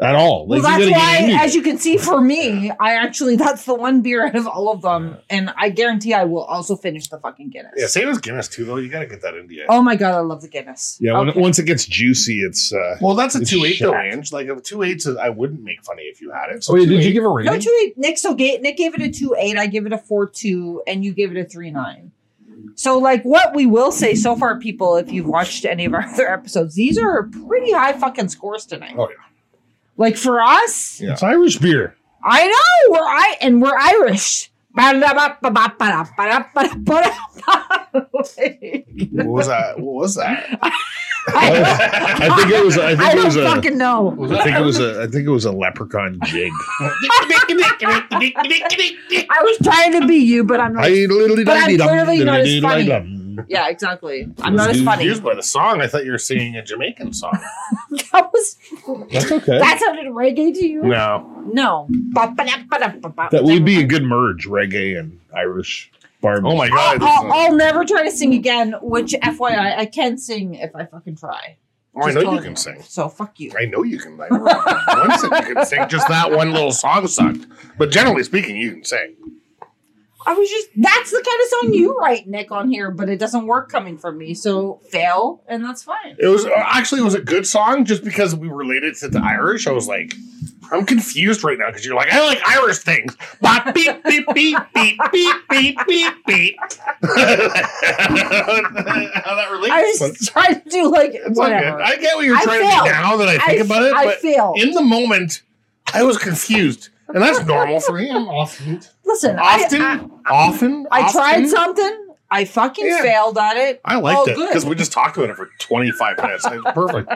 at all.
well,
Like,
that's
you gotta
why,
get into
as you can see for me, I actually that's the one beer out of all of them, and I guarantee I will also finish the fucking Guinness.
Yeah, same as Guinness too, though. You got to get that into you.
Oh my god, I love the Guinness.
yeah, when,
Okay.
once it gets juicy, it's. uh
Well, that's a
It's
two eight though,
shot.
Ange. Like a two eight, I wouldn't make funny if you had it. So
Oh, yeah, did
2.8
you give a
No
rating?
two eight. Nick so gave Nick gave it a two eight. I give it a four two, and you gave it a three nine. So like what we will say so far, people, if you've watched any of our other episodes, these are pretty high fucking scores tonight.
Oh, yeah.
Like for us,
It's Irish beer.
I know we're I and we're Irish. I
What was that? What was that?
I think it was. Oh. I think it
don't
was a.
fucking know.
I think it was a. I think it was a leprechaun jig.
I was trying to be you, but I'm not.
I literally
But I'm clearly not as funny. Yeah, exactly. I'm
was
not as
used-
funny.
Confused by the song, I thought you were singing a Jamaican song.
That was
That's okay.
that sounded reggae to you?
no,
No.
That would be a good merge, reggae and Irish bar.
oh my god!
I'll, I'll, I'll never try to sing again. Which, FYI, I can sing if I fucking try.
Oh, I
Just
know you
don't-
can sing.
So fuck you.
I know you can. I once said you can sing. Just that one little song sucked. But generally speaking, you can sing.
I was just that's the kind of song you write, Nick, on here, but it doesn't work coming from me. So fail, and that's fine.
It was uh, actually it was a good song just because we related to the Irish. I was like, I'm confused right now because you're like, I like Irish things. Bop, beep, beep, beep, beep, beep, beep, beep, beep. How that relates?
I was
but
trying to do like
it's all good.
whatever.
I get what you're
I
trying
failed.
to do now that I think
I-
about it,
I
but
fail.
in the moment, I was confused, and that's normal for me. I'm often,
Listen, I-
often,
I,
often.
I, tried
often-
something. I fucking
Yeah.
failed at it.
I liked
Oh,
it
good.
because we just talked about it for 25 minutes. It's perfect.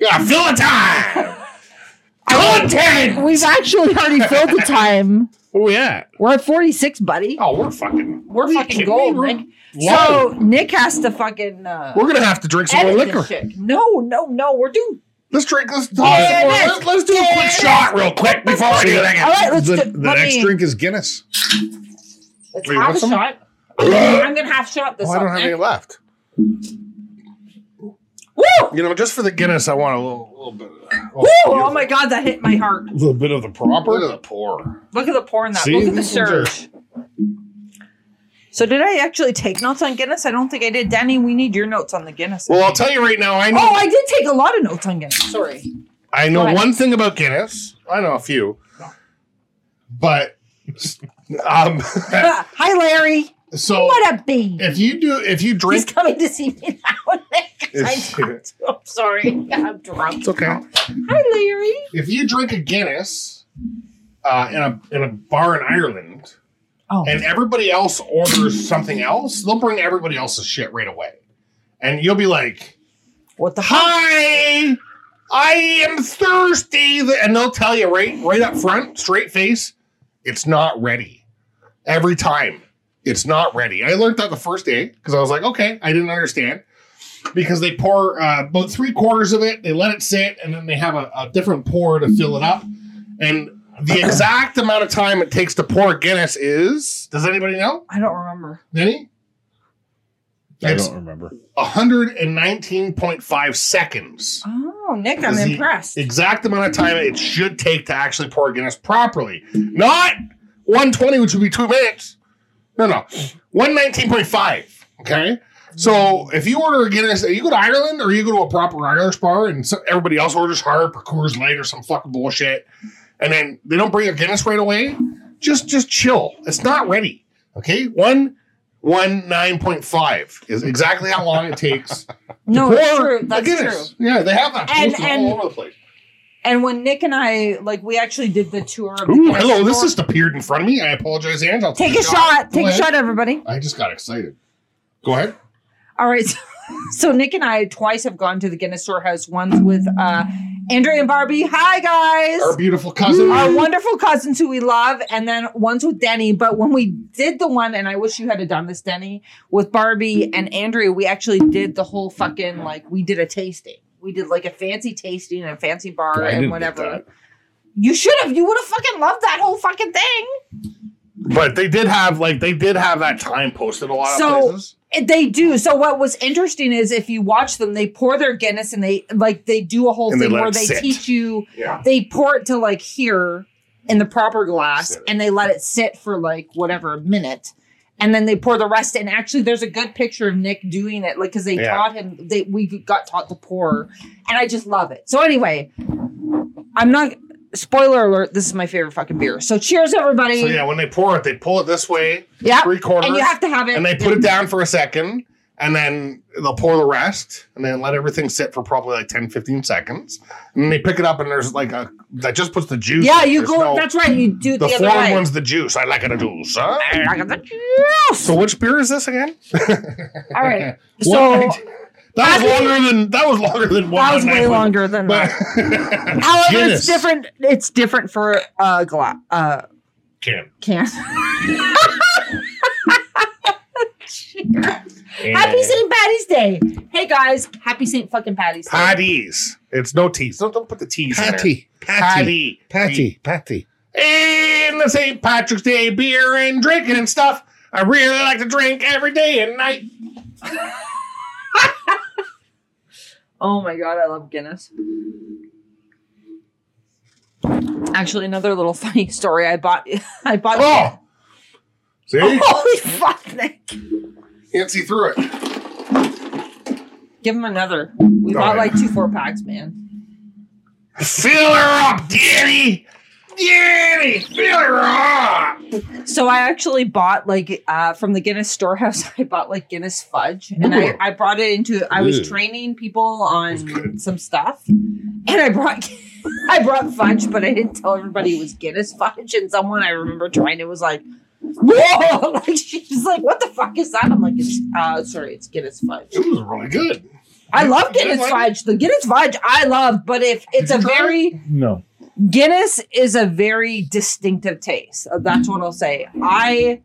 yeah, fill the time. Content.
We've actually already filled the time.
Oh yeah.
We're at 46, buddy.
Oh, we're fucking.
We're
Are you
fucking
kidding
gold,
me? We're-
Nick.
Whoa.
So Nick has to fucking uh,
we're gonna have to drink some more
edit this
liquor.
shit. No, no, no. We're doing.
Let's drink. Let's
Yeah,
pause.
it
Let's, let's do a quick shot real quick before I do
All
that.
right, let's
the
do.
the
let
next
me,
drink is Guinness.
Let's
Wait, you
have
want
a
some?
shot. I'm gonna, I'm gonna half shot this.
Oh, I don't
up,
have any
Nick.
left.
Woo!
You know, just for the Guinness, I want a little, little bit. Of,
Woo! Oh my god, that hit my heart.
A little bit of the
Look at
proper.
the pour.
Look at the pour in that.
See,
Look at the
this one's a-
surge. So did I actually take notes on Guinness? I don't think I did. Danny, we need your notes on the Guinness.
Well, I'll tell you right now. I know.
oh, I did take a lot of notes on Guinness. Sorry.
I know
Go ahead.
one thing about Guinness. I know a few, but um,
Ah, Hi, Larry.
So
What up, B?
if you do, if you
He's
drink,
coming to see me now. Oh, Nick. I talked to him. Sorry. I'm drunk.
it's okay.
Hi, Larry.
if you drink a Guinness uh, in a in a bar in Ireland,
Oh.
and everybody else orders something else, they'll bring everybody else's shit right away, and you'll be like,
What the fuck?
Hi, I am thirsty, and they'll tell you right, right up front, straight face, it's not ready. Every time, it's not ready. I learned that the first day because I was like, okay, I didn't understand
because they pour uh, about three quarters of it, they let it sit, and then they have a, a different pour to fill it up, and
the exact amount of time it takes to pour Guinness is. Does anybody know?
I don't remember.
Denny,
I
it's
don't remember.
119.5 seconds.
Oh, Nick, I'm
Is he-
impressed.
exact amount of time it should take to actually pour Guinness properly. Not 120, which would be two minutes. No, no. 119.5. Okay. So if you order a Guinness, you go to Ireland or you go to a proper Irish bar and so everybody else orders Harp or Coors Light or some fucking bullshit, and then they don't bring a Guinness right away, just just chill. It's not ready. Okay. One. One nine point five is exactly how long it takes.
no, it's true.
a
That's true.
Guinness. Yeah, they have that
And-
posted
and-
all over the place.
And when Nick and I, like, we actually did the tour of the
Ooh,
Guinness
hello, this
store-
just appeared in front of me. I apologize, and I'll
Take a shot.
Go
Take a
ahead.
shot, everybody.
I just got excited.
Go ahead.
All right. So, so Nick and I twice have gone to the Guinness Storehouse. Once with uh, Andrea and Barbie. Hi, guys.
Our beautiful cousin.
Our wonderful cousins who we love, and then once with Denny. But when we did the one, and I wish you had have done this, Denny, with Barbie and Andrea, we actually did the whole fucking like we did a tasting. We did like a fancy tasting and a fancy bar
I didn't
and
get
whatever.
that.
You should have. You would have fucking loved that whole fucking thing.
But they did have like they did have that time posted a lot
So-
of places.
It- They do. So what was interesting is if you watch them, they pour their Guinness and they like they do a whole
And they
thing
let
where
it
they
sit.
teach you
Yeah.
they pour it to like here in the proper glass
Sit.
and they let it sit for like whatever a minute. And then they pour the rest in. Actually, there's a good picture of Nick doing it, like because they
Yeah.
taught him. They we got taught to pour, and I just love it. So anyway, I'm not. Spoiler alert! This is my favorite fucking beer. So cheers, everybody!
So yeah, when they pour it, they pull it this way,
Yep.
three quarters,
and you have to have it.
and they put it down for a second, and then they'll pour the rest, and then let everything sit for probably like 10, 15 seconds. And then they pick it up and there's like a that just puts the juice.
yeah,
in.
you
There's
go.
no-
that's right. You do it
the,
the,
foreign
other way.
one's the juice. I like it a juice. Huh?
Yes.
So which beer is this again?
All right. So
That was
Happy-
longer than that was longer than one.
that was way longer than
But
that. However,
Guinness.
it's different. It's different for uh, gla- uh
Can't.
can. Happy St. Patty's Day. Hey guys, happy St. fucking Patty's Day.
Patties. It's no T's. Don't, don't put the T's in there. Patty.
Patty, Patty.
And the St. Patrick's Day beer and drinking and stuff. I really like to drink every day and night.
Oh my god, I love Guinness. Actually, another little funny story. I bought, I bought.
Oh,
See?
Holy fuck, Nick!
can't see through it.
Give him another. We
All
bought
right.
like two four packs, man.
Fill her up, Danny. Danny, fill her up.
So I actually bought like uh, from the Guinness storehouse. I bought like Guinness fudge, and I, I brought it into. I
Ooh.
was training people on some stuff, and I brought. I brought fudge, but I didn't tell everybody it was Guinness fudge. And someone I remember trying it was like, "Whoa!" Like she's like, "What the fuck is that?" I'm like, "It's uh, sorry, it's Guinness fudge."
It was really good.
I
You-
love
you
Guinness
like it?
fudge. The Guinness fudge I love, but if it's
you
a
try it?
very
No.
Guinness is a very distinctive taste. Uh, That's what I'll say. I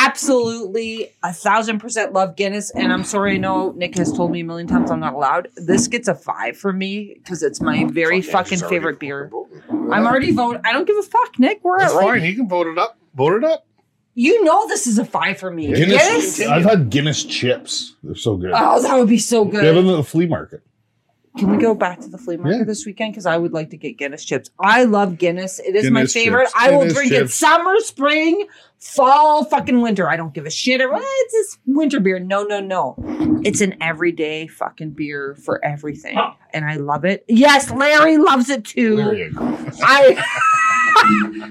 absolutely a thousand percent love Guinness, and I'm sorry. I know Nick has told me a million times I'm not allowed. This gets a five for me because it's my very
Fuck,
fucking
Andrew's already
favorite beer.
voting.
I'm already voting. I don't give a fuck, Nick. We're at
That's
like,
fine. You can vote it up. Vote it up.
you know this is a five for me.
Guinness.
Guinness.
I've had Guinness chips. They're so good.
Oh, that would be so
They have
good.
them at the flea market.
Can we go back to the flea market
Yeah.
this weekend? Because I would like to get Guinness chips. I love Guinness. It is my
Guinness
favorite.
chips.
I will
Guinness
drink it
chips.
summer, spring, fall, fucking winter. I don't give a shit. Or, "Ah, It's this winter beer. No, no, no. It's an everyday fucking beer for everything. And I love it. Yes, Larry loves it too. I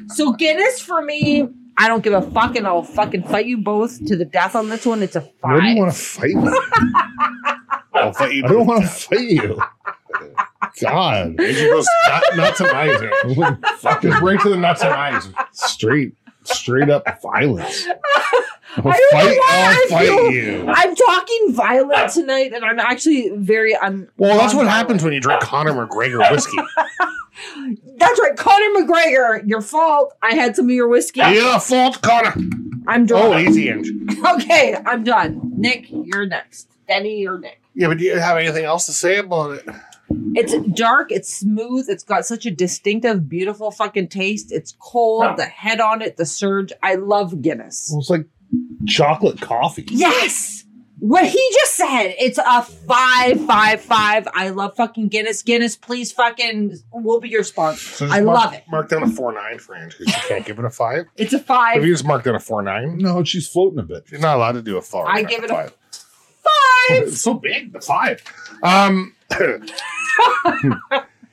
so Guinness for me. I don't give a fuck, and I'll fucking fight you both to the death on this one. It's a
I don't
five.
want to fight you.
I'll fight you.
I don't want to fight you. God.
Andrew goes nut- nuts and eyes. Andrew. Fuck, just right to the nuts and eyes.
straight, straight up violence. I'll
I don't know
fight,
why I
I'll fight
feel-
you.
I'm talking violent tonight, and I'm actually very un.
Well, that's what happens when you drink Conor McGregor whiskey.
That's right, Conor McGregor. Your fault. I had some of your whiskey.
You're the fault, Conor.
I'm
Oh,
done.
easy, Andrew.
Okay, I'm done. Nick, you're next. Denny, you're Nick.
Yeah, but do you have anything else to say about it?
It's dark. It's smooth. It's got such a distinctive, beautiful fucking taste. It's cold. The head on it. The surge. I love Guinness.
Well, it's like chocolate coffee.
Yes. What he just said, it's a five, five, five. I love fucking Guinness. Guinness, please fucking, we'll be your sponsor.
So
I
mark,
love it.
Mark down a four nine for Andrew. 'cause You can't give it a five.
It's a
If
five.
you just mark down a four nine,
No, she's floating a bit.
you're not allowed to do a four.
I
not
give it a
five.
Five.
It's so big, the five. Um,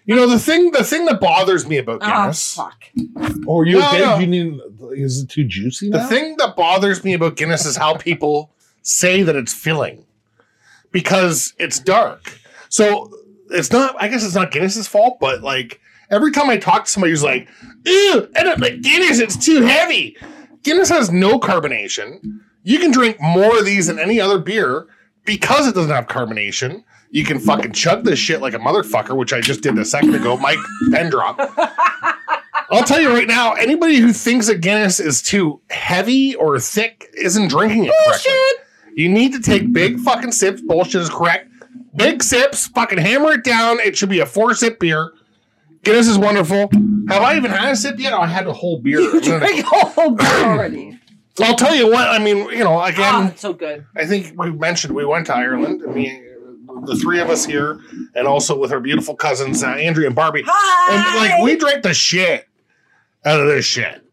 you know the thing. The thing that bothers me about
Oh,
Guinness.
fuck.
Oh, are you
No,
okay?
no.
You need? Is it too juicy
The
now?
thing that bothers me about Guinness is how people say that it's filling because it's dark. So it's not, I guess it's not Guinness's fault, but like every time I talk to somebody who's like, ew, I don't like Guinness, it's too heavy. Guinness has no carbonation. You can drink more of these than any other beer because it doesn't have carbonation. You can fucking chug this shit like a motherfucker, which I just did a second ago. Mike, pen drop. I'll tell you right now, anybody who thinks that Guinness is too heavy or thick isn't drinking it correctly. You need to take big fucking sips. Bullshit is correct. Big sips, fucking hammer it down. It should be a four sip beer. Guinness is wonderful. Have I even had a sip yet? Oh, I had a whole beer.
You drink all beer already.
I'll tell you what, I mean, you know, again,
Ah, it's so good.
I think we mentioned we went to Ireland. I mean, the three of us here, and also with our beautiful cousins, uh, Andrea and Barbie. And
Hi.
like we drank the shit out of this shit.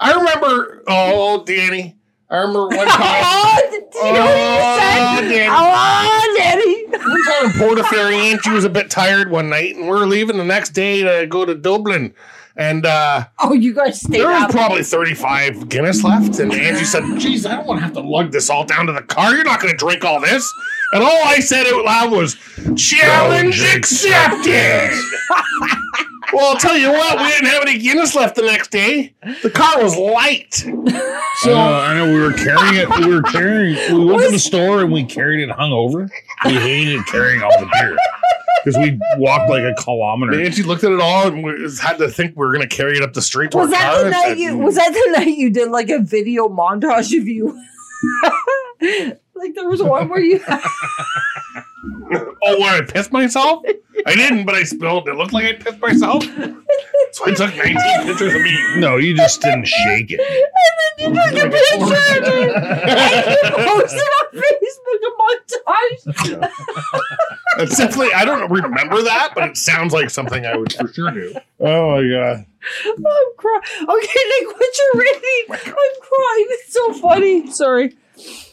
I remember, oh Danny, I remember one time.
Oh, did you know what you
Oh,
said?
Danny.
Oh, Daddy.
one time in Portaferry, and she was a bit tired one night, and we were leaving the next day to go to Dublin. And uh,
Oh, you guys stayed
there
up.
was probably 35 Guinness left. And Angie said, Jeez, I don't want to have to lug this all down to the car. You're not going to drink all this. And all I said out loud was, Challenge accepted. well, I'll tell you what, we didn't have any Guinness left the next day. The car was light.
So I know, I know we were carrying it. We were carrying. We went to the
Was-
store and we carried it hungover. We hated carrying all the beer because we walked like a
And
kilometer.
Angie looked at it all and we just had to think we were going to carry it up the street to
Was
our
that
car.
the
and
night
said,
you? Was that the night you did like a video montage of you? think there was one where you.
Oh, where I pissed myself? I didn't, but I spilled. It looked like I pissed myself. So I took 19 pictures of me.
No, you just didn't shake
and
it.
then you took a picture of it and you posted on Facebook a montage.
That's definitely, I don't remember that, but it sounds like something I would for sure do.
Oh my god.
I'm crying. Okay, Nick, what's your rating? I'm crying. It's so funny. Sorry.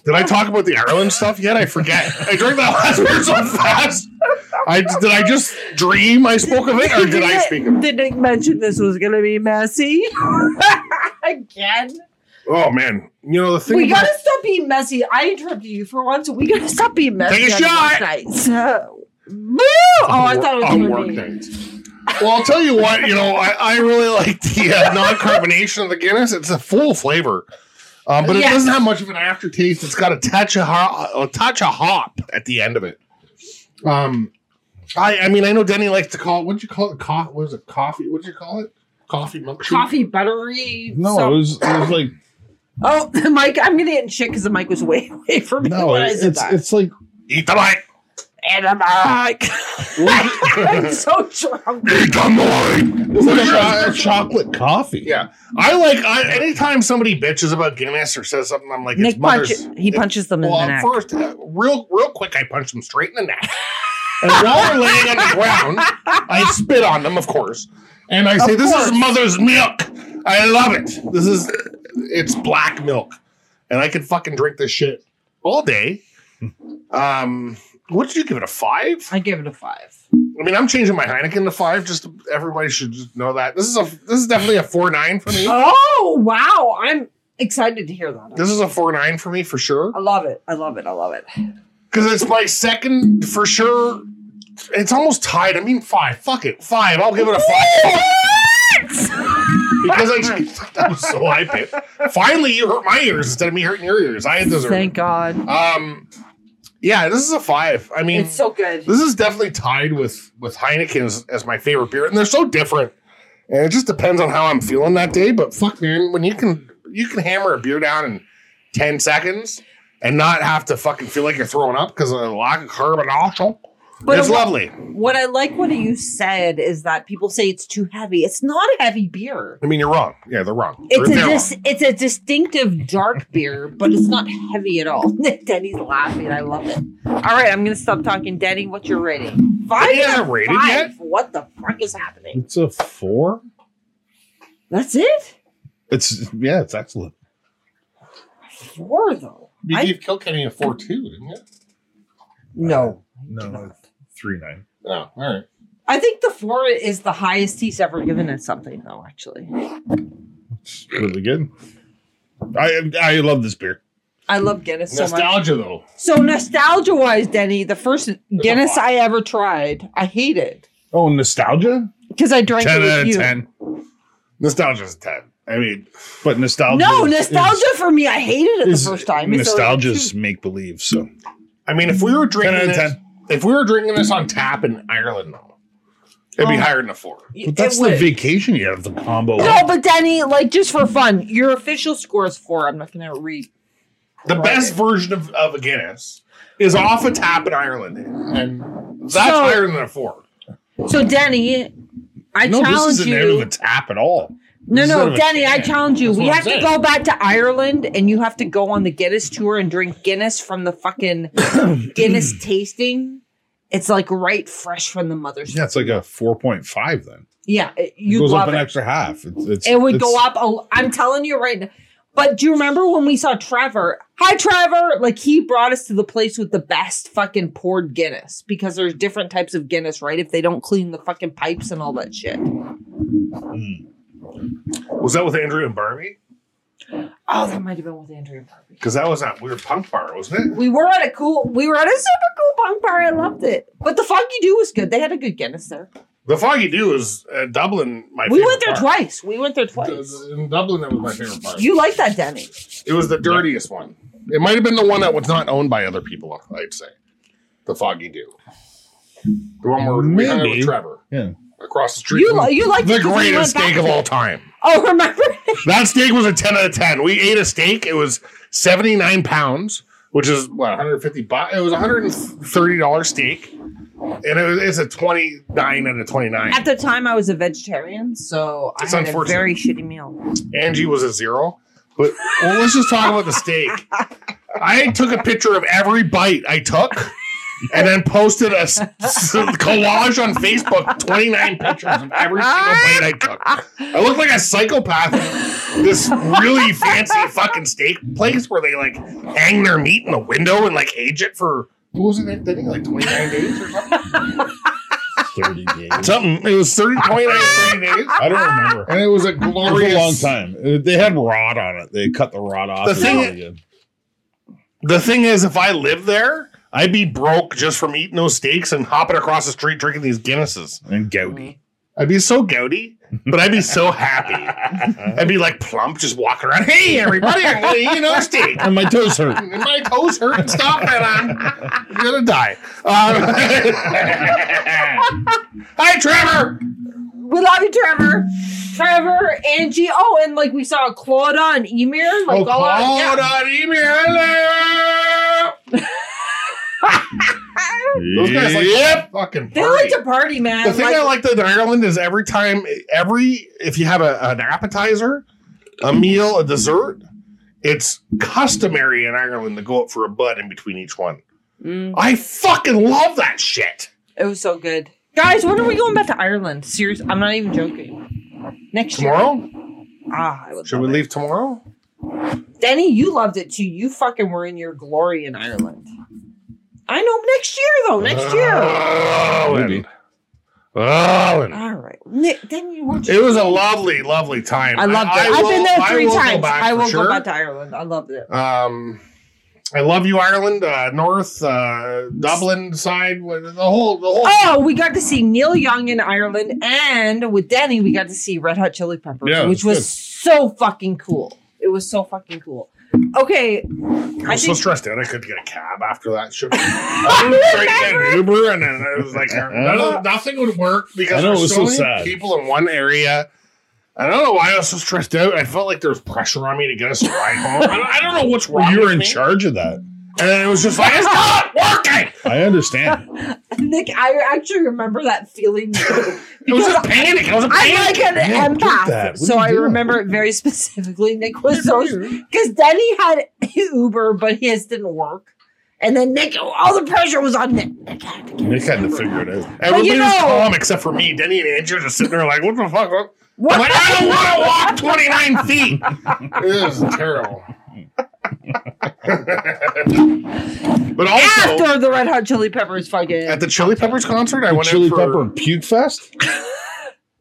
Did I talk about the Ireland stuff yet? I forget. I drank that last beer so fast. I, did I just dream I spoke of it, or did I speak of it?
Did Nick mention this was going to be messy? Again.
Oh, man. You know, the thing
we
about-
gotta stop being messy. I interrupted you for once. We gotta stop being messy.
Take a
on
shot.
Nights. oh, I thought it was
on
gonna
work
be-
nights. Well, I'll tell you what, you know, I, I really like the uh, non carbonation of the Guinness. It's a full flavor, um, but it
Yes.
doesn't have much of an aftertaste. It's got a touch of ho- a touch of hop at the end of it. Um, I I mean, I know Denny likes to call. What'd you call it? Co- what was it? Coffee? What'd you call it? Coffee milkshake.
coffee buttery.
No,
some-
it was it was like
oh, Mike, I'm gonna get in shit because the mic was way away from me.
no,
when I
it's
said
it's,
that.
it's like
Eat the light.
and I'm like, I'm so drunk.
Eat the light.
it's like a, cho- chocolate coffee.
Yeah, I like. I, anytime somebody bitches about Guinness or says something, I'm like, it's
Nick
mother's.
punches. He punches them
Well,
in the
uh,
neck.
first, uh, real real quick, I punched them straight in the neck. And while they're laying on the ground, I spit on them, of course. And I say,
Of
"This
course.
is mother's milk. I love it. This is it's black milk, and I could fucking drink this shit all day." Um, what did you give it a five?
I give it a five.
I mean, I'm changing my Heineken to five. Just everybody should just know that this is a this is definitely a four nine for me.
Oh wow! I'm excited to hear that.
This is a four nine for me for sure.
I love it. I love it. I love it.
Because it's my second for sure. It's almost tied. I mean, five. Fuck it. Five. I'll give it a five. because I just, that was so high pitched. Finally, you hurt my ears instead of me hurting your ears. I deserve
Thank God.
it. Um, yeah, this is a five. I mean,
It's so good.
this is definitely tied with with Heineken as, as my favorite beer, and they're so different. And it just depends on how I'm feeling that day. But fuck, man, when you can you can hammer a beer down in ten seconds and not have to fucking feel like you're throwing up because of the lack of carbonation,
But
it's
it wa-
lovely.
What I like what you said is that people say it's too heavy. It's not a heavy beer.
I mean, you're wrong. Yeah, they're wrong.
It's
They're-
a
they're
dis- it's a distinctive dark beer, but it's not heavy at all. Denny's laughing. I love it. All right, I'm gonna stop talking. Denny, what's your rating? Five.
Denny
out
hasn't
of
rated
five.
yet?
What the fuck is happening?
It's a four.
That's it.
It's yeah, it's excellent.
Four though.
You
I-
gave Kilkenny a four two, didn't you?
No.
No, three nine.
Oh, all right.
I think the four is the highest he's ever given at something, though. Actually,
It's really good. I I love this beer.
I love Guinness so much.
Nostalgia though.
So nostalgia-wise, Denny, the first Guinness I ever tried, I hate it
Oh, nostalgia.
because I drank
Ten
it
out
with
of
you.
ten.
Nostalgia's a ten. I mean,
But nostalgia.
No,
is-
nostalgia for me, I hated it the
is-
first time. It's
Nostalgia's
so-
make believe. So
I mean, if we were drinking
out of
this,
10.
if we were drinking this on tap in Ireland, though, it'd be
Oh.
higher than a four.
but that's
it
the
would.
vacation you have the combo.
No, but Denny, like just for fun, your official score is four. I'm not gonna read.
The
Right.
best version of, of a Guinness is off a tap in Ireland, and that's
So-
higher than a four.
So Denny, I
no,
challenge
this isn't
you.
out of a tap at all.
No,
This is out
no,
of a
Denny, I
can.
challenge you.
That's
we
what I'm
have to
saying.
go back to Ireland and you have to go on the Guinness tour and drink Guinness from the fucking Guinness tasting. It's like right fresh from the mother's.
Yeah, it's like a four point five. Then
Yeah, it-
it
you
goes up
love
an
it.
extra half. It's, it's,
It would
it's-
go up. A, I'm telling you right now. But do you remember when we saw Trevor? Hi, Trevor. Like he brought us to the place with the best fucking poured Guinness because there's different types of Guinness, right? If they don't clean the fucking pipes and all that shit.
Was that with Andrew and Barbie?
Oh, that might have been with Andrea Barbie.
Because that was that weird punk bar, wasn't it?
We were at a cool, we were at a super cool punk bar. I loved it. But the Foggy Dew was good. They had a good Guinness there.
The Foggy Dew is uh, Dublin. My
we
favorite
went there
bar.
twice. We went there
D-
twice.
d- In Dublin, that was my favorite bar.
You like that, Denny?
It was the dirtiest one. It might have been the one that was not owned by other people. I'd say the Foggy Dew, the one where we hung out
Maybe.
with Trevor
Yeah.
across the street.
You
from
like you like
the greatest steak of all time.
Oh, remember?
That steak was a 10 out of 10. We ate a steak. It was 79 pounds. which is what 150 bucks. It was 130 dollar steak, and it was, it's a 29 out of 29.
At the time, I was a vegetarian, so
It's
I had a
unfortunate.
very shitty meal.
Angie was a zero. But well, let's just talk about the steak. I took a picture of every bite I took and then posted a s- s- collage on Facebook 29 pictures of every single bite I took. I looked like a psychopath. at This really fancy fucking steak place where they like hang their meat in the window and like age it for what was it? I think like 29 days or something.
30 days.
Something. It was 30, 29, 30 days.
I don't remember.
And it was a
It was
glorious
a long time. Uh, They had rod on it. They cut the rod off.
The
It was
thing-
really good.
The thing is, if I lived there, I'd be broke just from eating those steaks and hopping across the street drinking these Guinnesses.
and Goudy.
I'd be so gouty, but I'd be so happy. I'd be like plump, just walking around. Hey, everybody, I'm gonna eat another steak.
and my toes hurt.
And my toes hurt and stop and I'm gonna die. Um, Hi, Trevor.
We love you, Trevor. Trevor, Angie. Oh, and like we saw Claudia and Emir. Like
oh,
all our-
Claude
yeah.
on email. Hello. Those guys like
yep.
fucking
They
party.
like to party, man.
The thing I liked in Ireland is every time, every if you have a, an appetizer, a meal, a dessert, it's customary in Ireland to go out for a bud in between each one.
Mm,
I fucking love that shit.
it was so good, guys. When are we going back to Ireland? Seriously, I'm not even joking. Next
Tomorrow?
year. Ah, I would
Should
love
we
it.
leave tomorrow?
Denny, you loved it too. You fucking were in your glory in Ireland. I know. Next year though.
Uh,
Next year.
Oh,
Maybe.
Oh,
All right. Ni- Then you watch.
it was a lovely, lovely time.
I loved it. I, have
will-
been there
I
three
will go
times.
back
I
for
will
sure.
go back to Ireland. I loved it.
Um, I love you, Ireland. Uh, North uh, Dublin side, the whole, the whole.
Oh, we got to see Neil Young in Ireland, and with Danny, we got to see Red Hot Chili Peppers,
Yeah,
which
that's
was
good.
so fucking cool. It was so fucking cool. Okay, I
I was so
think-
stressed out. I couldn't get a cab after that shit. I was trying to get an Uber, and then it was like none of- nothing would work because
I
there
know, it
were
was
so,
so
many
sad.
people in one area. I don't know why I was so stressed out. I felt like there was pressure on me to get us a ride home. I don't, I don't know what's wrong.
You were
with
in
me.
charge of that.
and then it was just like it's not working.
I understand.
Nick, I actually remember that feeling
It was just
because
panic. It was a
I'm
panic.
like an
Yeah, get
empath,
that. What
so
are you
I
doing?
remember it very specifically. Nick was so because Danny had Uber, but his didn't work, and then Nick, all the pressure was on Nick. Nick had to get
Nick had to figure it out.
Everybody
you
was
know-
calm except for me. Denny and Andrew just sitting there like, what the fuck?
What?
I'm like, I don't want to walk 29 feet. It was terrible. but also,
after the Red Hot Chili Peppers fucking.
at the Chili Peppers concert, I went
Chili
out for,
Pepper Puke Fest?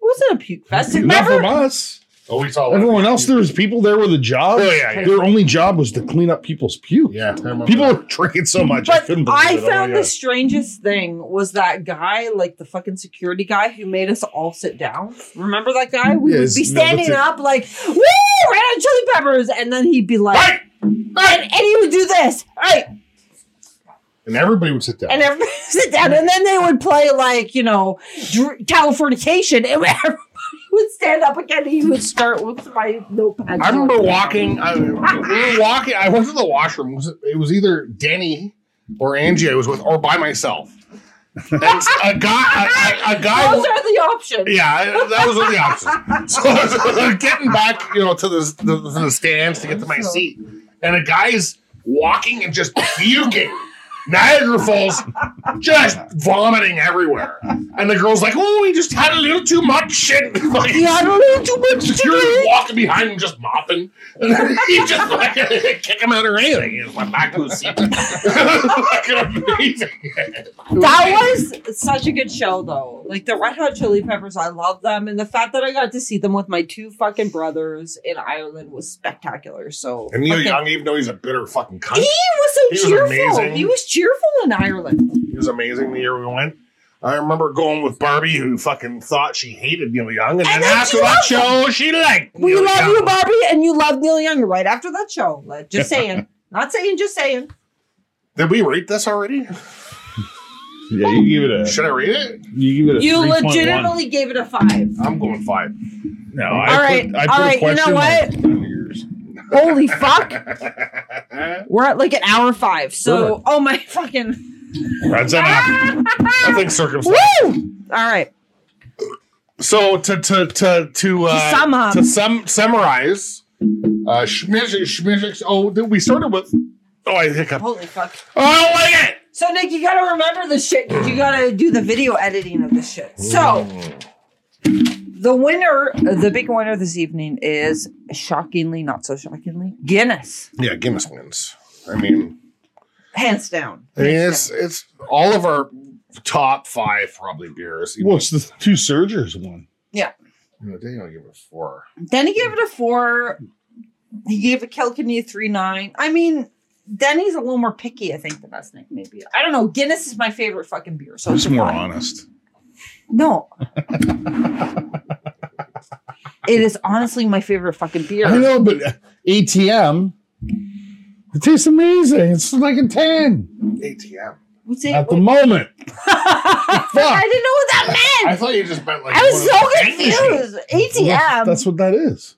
wasn't a puke fest.
Not
Remember,
from us.
Oh, we saw that.
Everyone else, there was people there with a job.
Oh, yeah, yeah.
Their only job was to clean up people's puke.
Yeah, I remember
People
that.
were drinking so much. I
But
couldn't believe
I
it. Oh,
found
yeah.
the strangest thing was that guy, like the fucking security guy who made us all sit down. Remember that guy? We
Yes,
would be
no, that's
standing
it.
up like, woo, red hot chili peppers. And then he'd be like,
Right!
and, and he would do this, right?
And everybody would sit down.
And everybody would sit down. And then they would play like, you know, Dr- Californication. And everybody would stand up again. And he would start with my notepad.
I remember walking. I, we were walking. I went to the washroom. It was, it was either Denny or Angie. I was with, or by myself. And a guy, a, a, a guy.
Those are the options.
Yeah, I- that was the option. So I was getting back, you know, to the, the, to the stands to get to my seat, and a guy's walking and just puking. Niagara Falls, just vomiting everywhere, and the girl's like, "Oh, he just had a little too much shit." Like,
Yeah, I don't know too much
Security's
today.
walking behind him, just mopping, and then he just like kick him out or anything. He just went back to his seat. Fucking amazing.
That was such a good show, though. Like the Red Hot Chili Peppers, I love them, and the fact that I got to see them with my two fucking brothers in Ireland was spectacular. So
And Neil
fucking-
Young, even though he's a bitter fucking cunt,
he was so
He was
cheerful.
amazing.
He was cheerful in Ireland.
He was amazing the year we went. I remember going with Barbie, who fucking thought she hated Neil Young, and, then
then
after
she
that
loved
show, she liked.
We
Neil
love
Young.
you, Barbie, and you love Neil Young right after that show. Like, just saying, not saying, just saying.
Did we rate this already?
Yeah, you give it a.
Should I rate it?
You give it a.
You
3.1.
legitimately gave it a five.
I'm going five.
No,
All
I
right,
put,
all
I put
right,
a
you know
question
what?
mark on yours.
Holy fuck. We're at like an hour five. So,
Good.
oh my fucking.
That's enough. I think
Woo!
circumstance.
All right.
So to to to to uh,
To sum up.
to sum summarize, uh, schmizzic, schmizzic. Oh, th- we started with. Oh, I hiccup.
Holy fuck.
Oh, I don't like it.
So, Nick, you gotta remember this shit 'cause you gotta do the video editing of this shit. So,
Mm.
the winner, the big winner this evening is shockingly, not so shockingly, Guinness.
Yeah, Guinness wins. I mean,
Hands down.
I mean, it's it's all of our top five probably beers.
Well, it's the two Surgers one.
You know, Daniel give it four.
Then he gave it a four. He gave it Kilkenny a three nine. I mean, Denny's a little more picky, I think, than us, Nick. Maybe I don't know. Guinness is my favorite fucking beer. So
It's
it's
more
fine.
honest.
No. it is honestly my favorite fucking beer.
I know, but uh, ATM, it tastes amazing. It's like a 10
ATM.
What's it-
at the moment.
I didn't know what that
I
meant.
thought you just meant like.
I, was
one of
so
the
confused.
Well,
ATM.
That's what that is.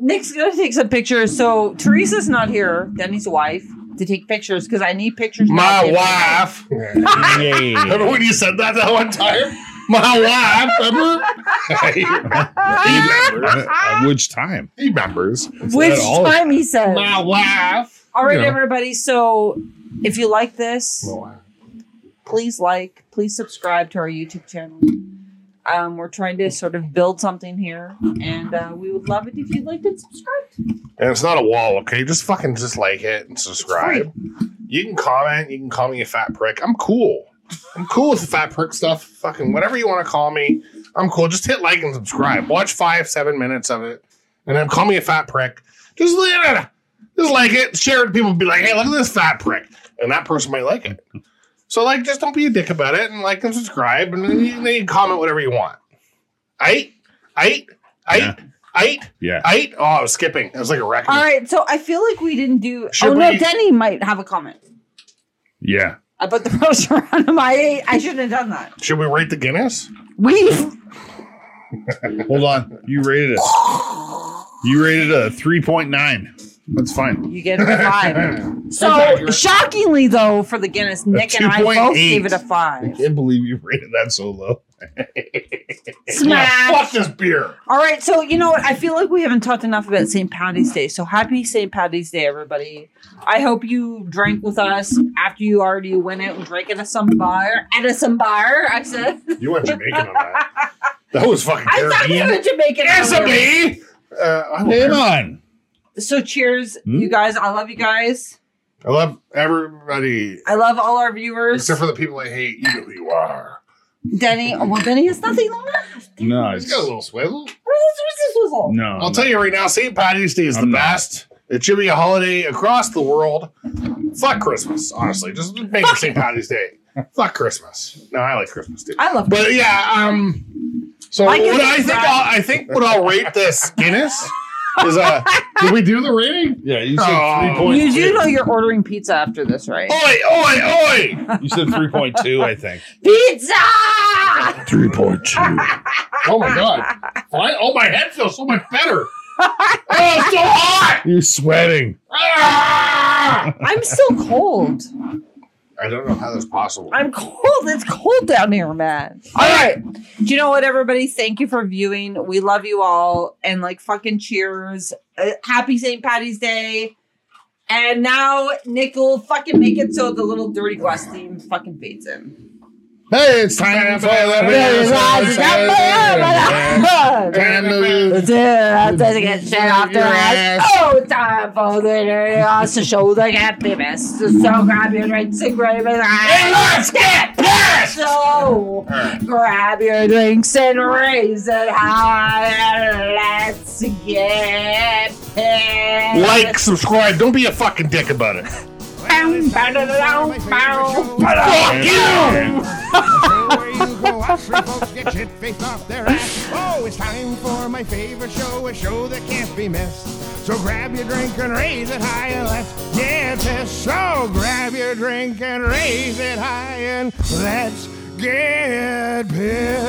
Nick's gonna take some pictures. So Teresa's not here, Denny's wife, to take pictures because I need pictures. now.
My wife.
Yeah.
Remember when you said that that one time? My wife. Remember? he remembers.
At which time?
He remembers.
Ah! Which
At all.
time he says.
My wife.
All right,
You know.
everybody. So if you like this,
My wife.
please like, please subscribe to our YouTube channel. Um, we're trying to sort of build something here, and uh, we would love it if you liked and subscribed.
And it's not a wall, okay? Just fucking just like it and subscribe. You can comment. You can call me a fat prick. I'm cool. I'm cool with the fat prick stuff. Fucking whatever you want to call me. I'm cool. Just hit like and subscribe. Watch five, seven minutes of it. And then call me a fat prick. Just, just like it. Share it. People be like, hey, look at this fat prick. And that person might like it. So, like, just don't be a dick about it and like and subscribe. And then you, then you comment whatever you want. I, I,
Yeah.
I, I,
Yeah.
I, oh, I was skipping. It was like a record.
All right. So I feel like we didn't do.
Should
oh no,
we-
Denny might have a comment.
Yeah.
I put the pressure on him. I I shouldn't have done that.
Should we rate the Guinness?
We
Hold on. You rated it. You rated a 3.9. That's fine.
you get a five. So
accurate.
shockingly though, for the Guinness, Nick and I both
2.8.
gave it a
I
five.
can't believe you rated that so low.
Smash.
Fuck this beer.
All right, so you know what? I feel like we haven't talked enough about St. Patty's Day. So happy St. Patty's Day, everybody! I hope you drank with us after you already went out and drank at some bar. At some bar, I said.
You went Jamaican on that. That was fucking
I thought you
Caribbean.
were Jamaican.
It's a
earlier.
bee. Uh, I, will-
Hang on.
So cheers,
Hmm?
you guys! I love you guys.
I love everybody
I love all our viewers.
except for the people I hate. You know who you are.
Denny, oh, well, Denny has nothing left.
No,
He's
it's,
got a little swivel.
What is this whistle?
no.
I'll tell you right now, St. Patty's Day is the
I'm not.
best. It should be a holiday across the world. Fuck Christmas, honestly. Just make it St. Patty's Day. Fuck Christmas. No, I like Christmas too.
I love.
But yeah, um. So
I can
what
be
I think
proud.
I'll, I think what I'll rate this Guinness is uh did we do the rating?
Yeah, you
Oh.
said three
You
point
do
two.
know you're ordering pizza after this, right?
Oi, oi, oi!
You said 3.2, I think.
Pizza!
3.2.
Oh my god! Why- Oh my head feels so much better. Oh, it's so hot!
You're sweating.
Ah!
I'm still cold.
I don't know how that's possible.
I'm cold. It's cold down here, man. All right. Do you know what, everybody? Thank you for viewing. We love you all. And like, fucking cheers. Uh, happy St. Patty's Day. And now Nick will fucking make it so the little dirty glass team fucking fades in.
Hey, it's time for the
Dude, I'm taking a shit off the ass. Oh, time for the dirty glass to show the happiness. So grab your drinks and grab your
Hey, let's get pissed!
So grab your drinks and raise it high and let's get pissed.
Like, subscribe. Don't be a fucking dick about it.
Bam, bam, bam, bam, bam.
Fuck you!
Where you go, Oxford folks get shit faced off their ass. Oh, it's time for my favorite show, a show that can't be missed. So grab your drink and raise it high and let's get pissed. So grab your drink and raise it high and let's get pissed.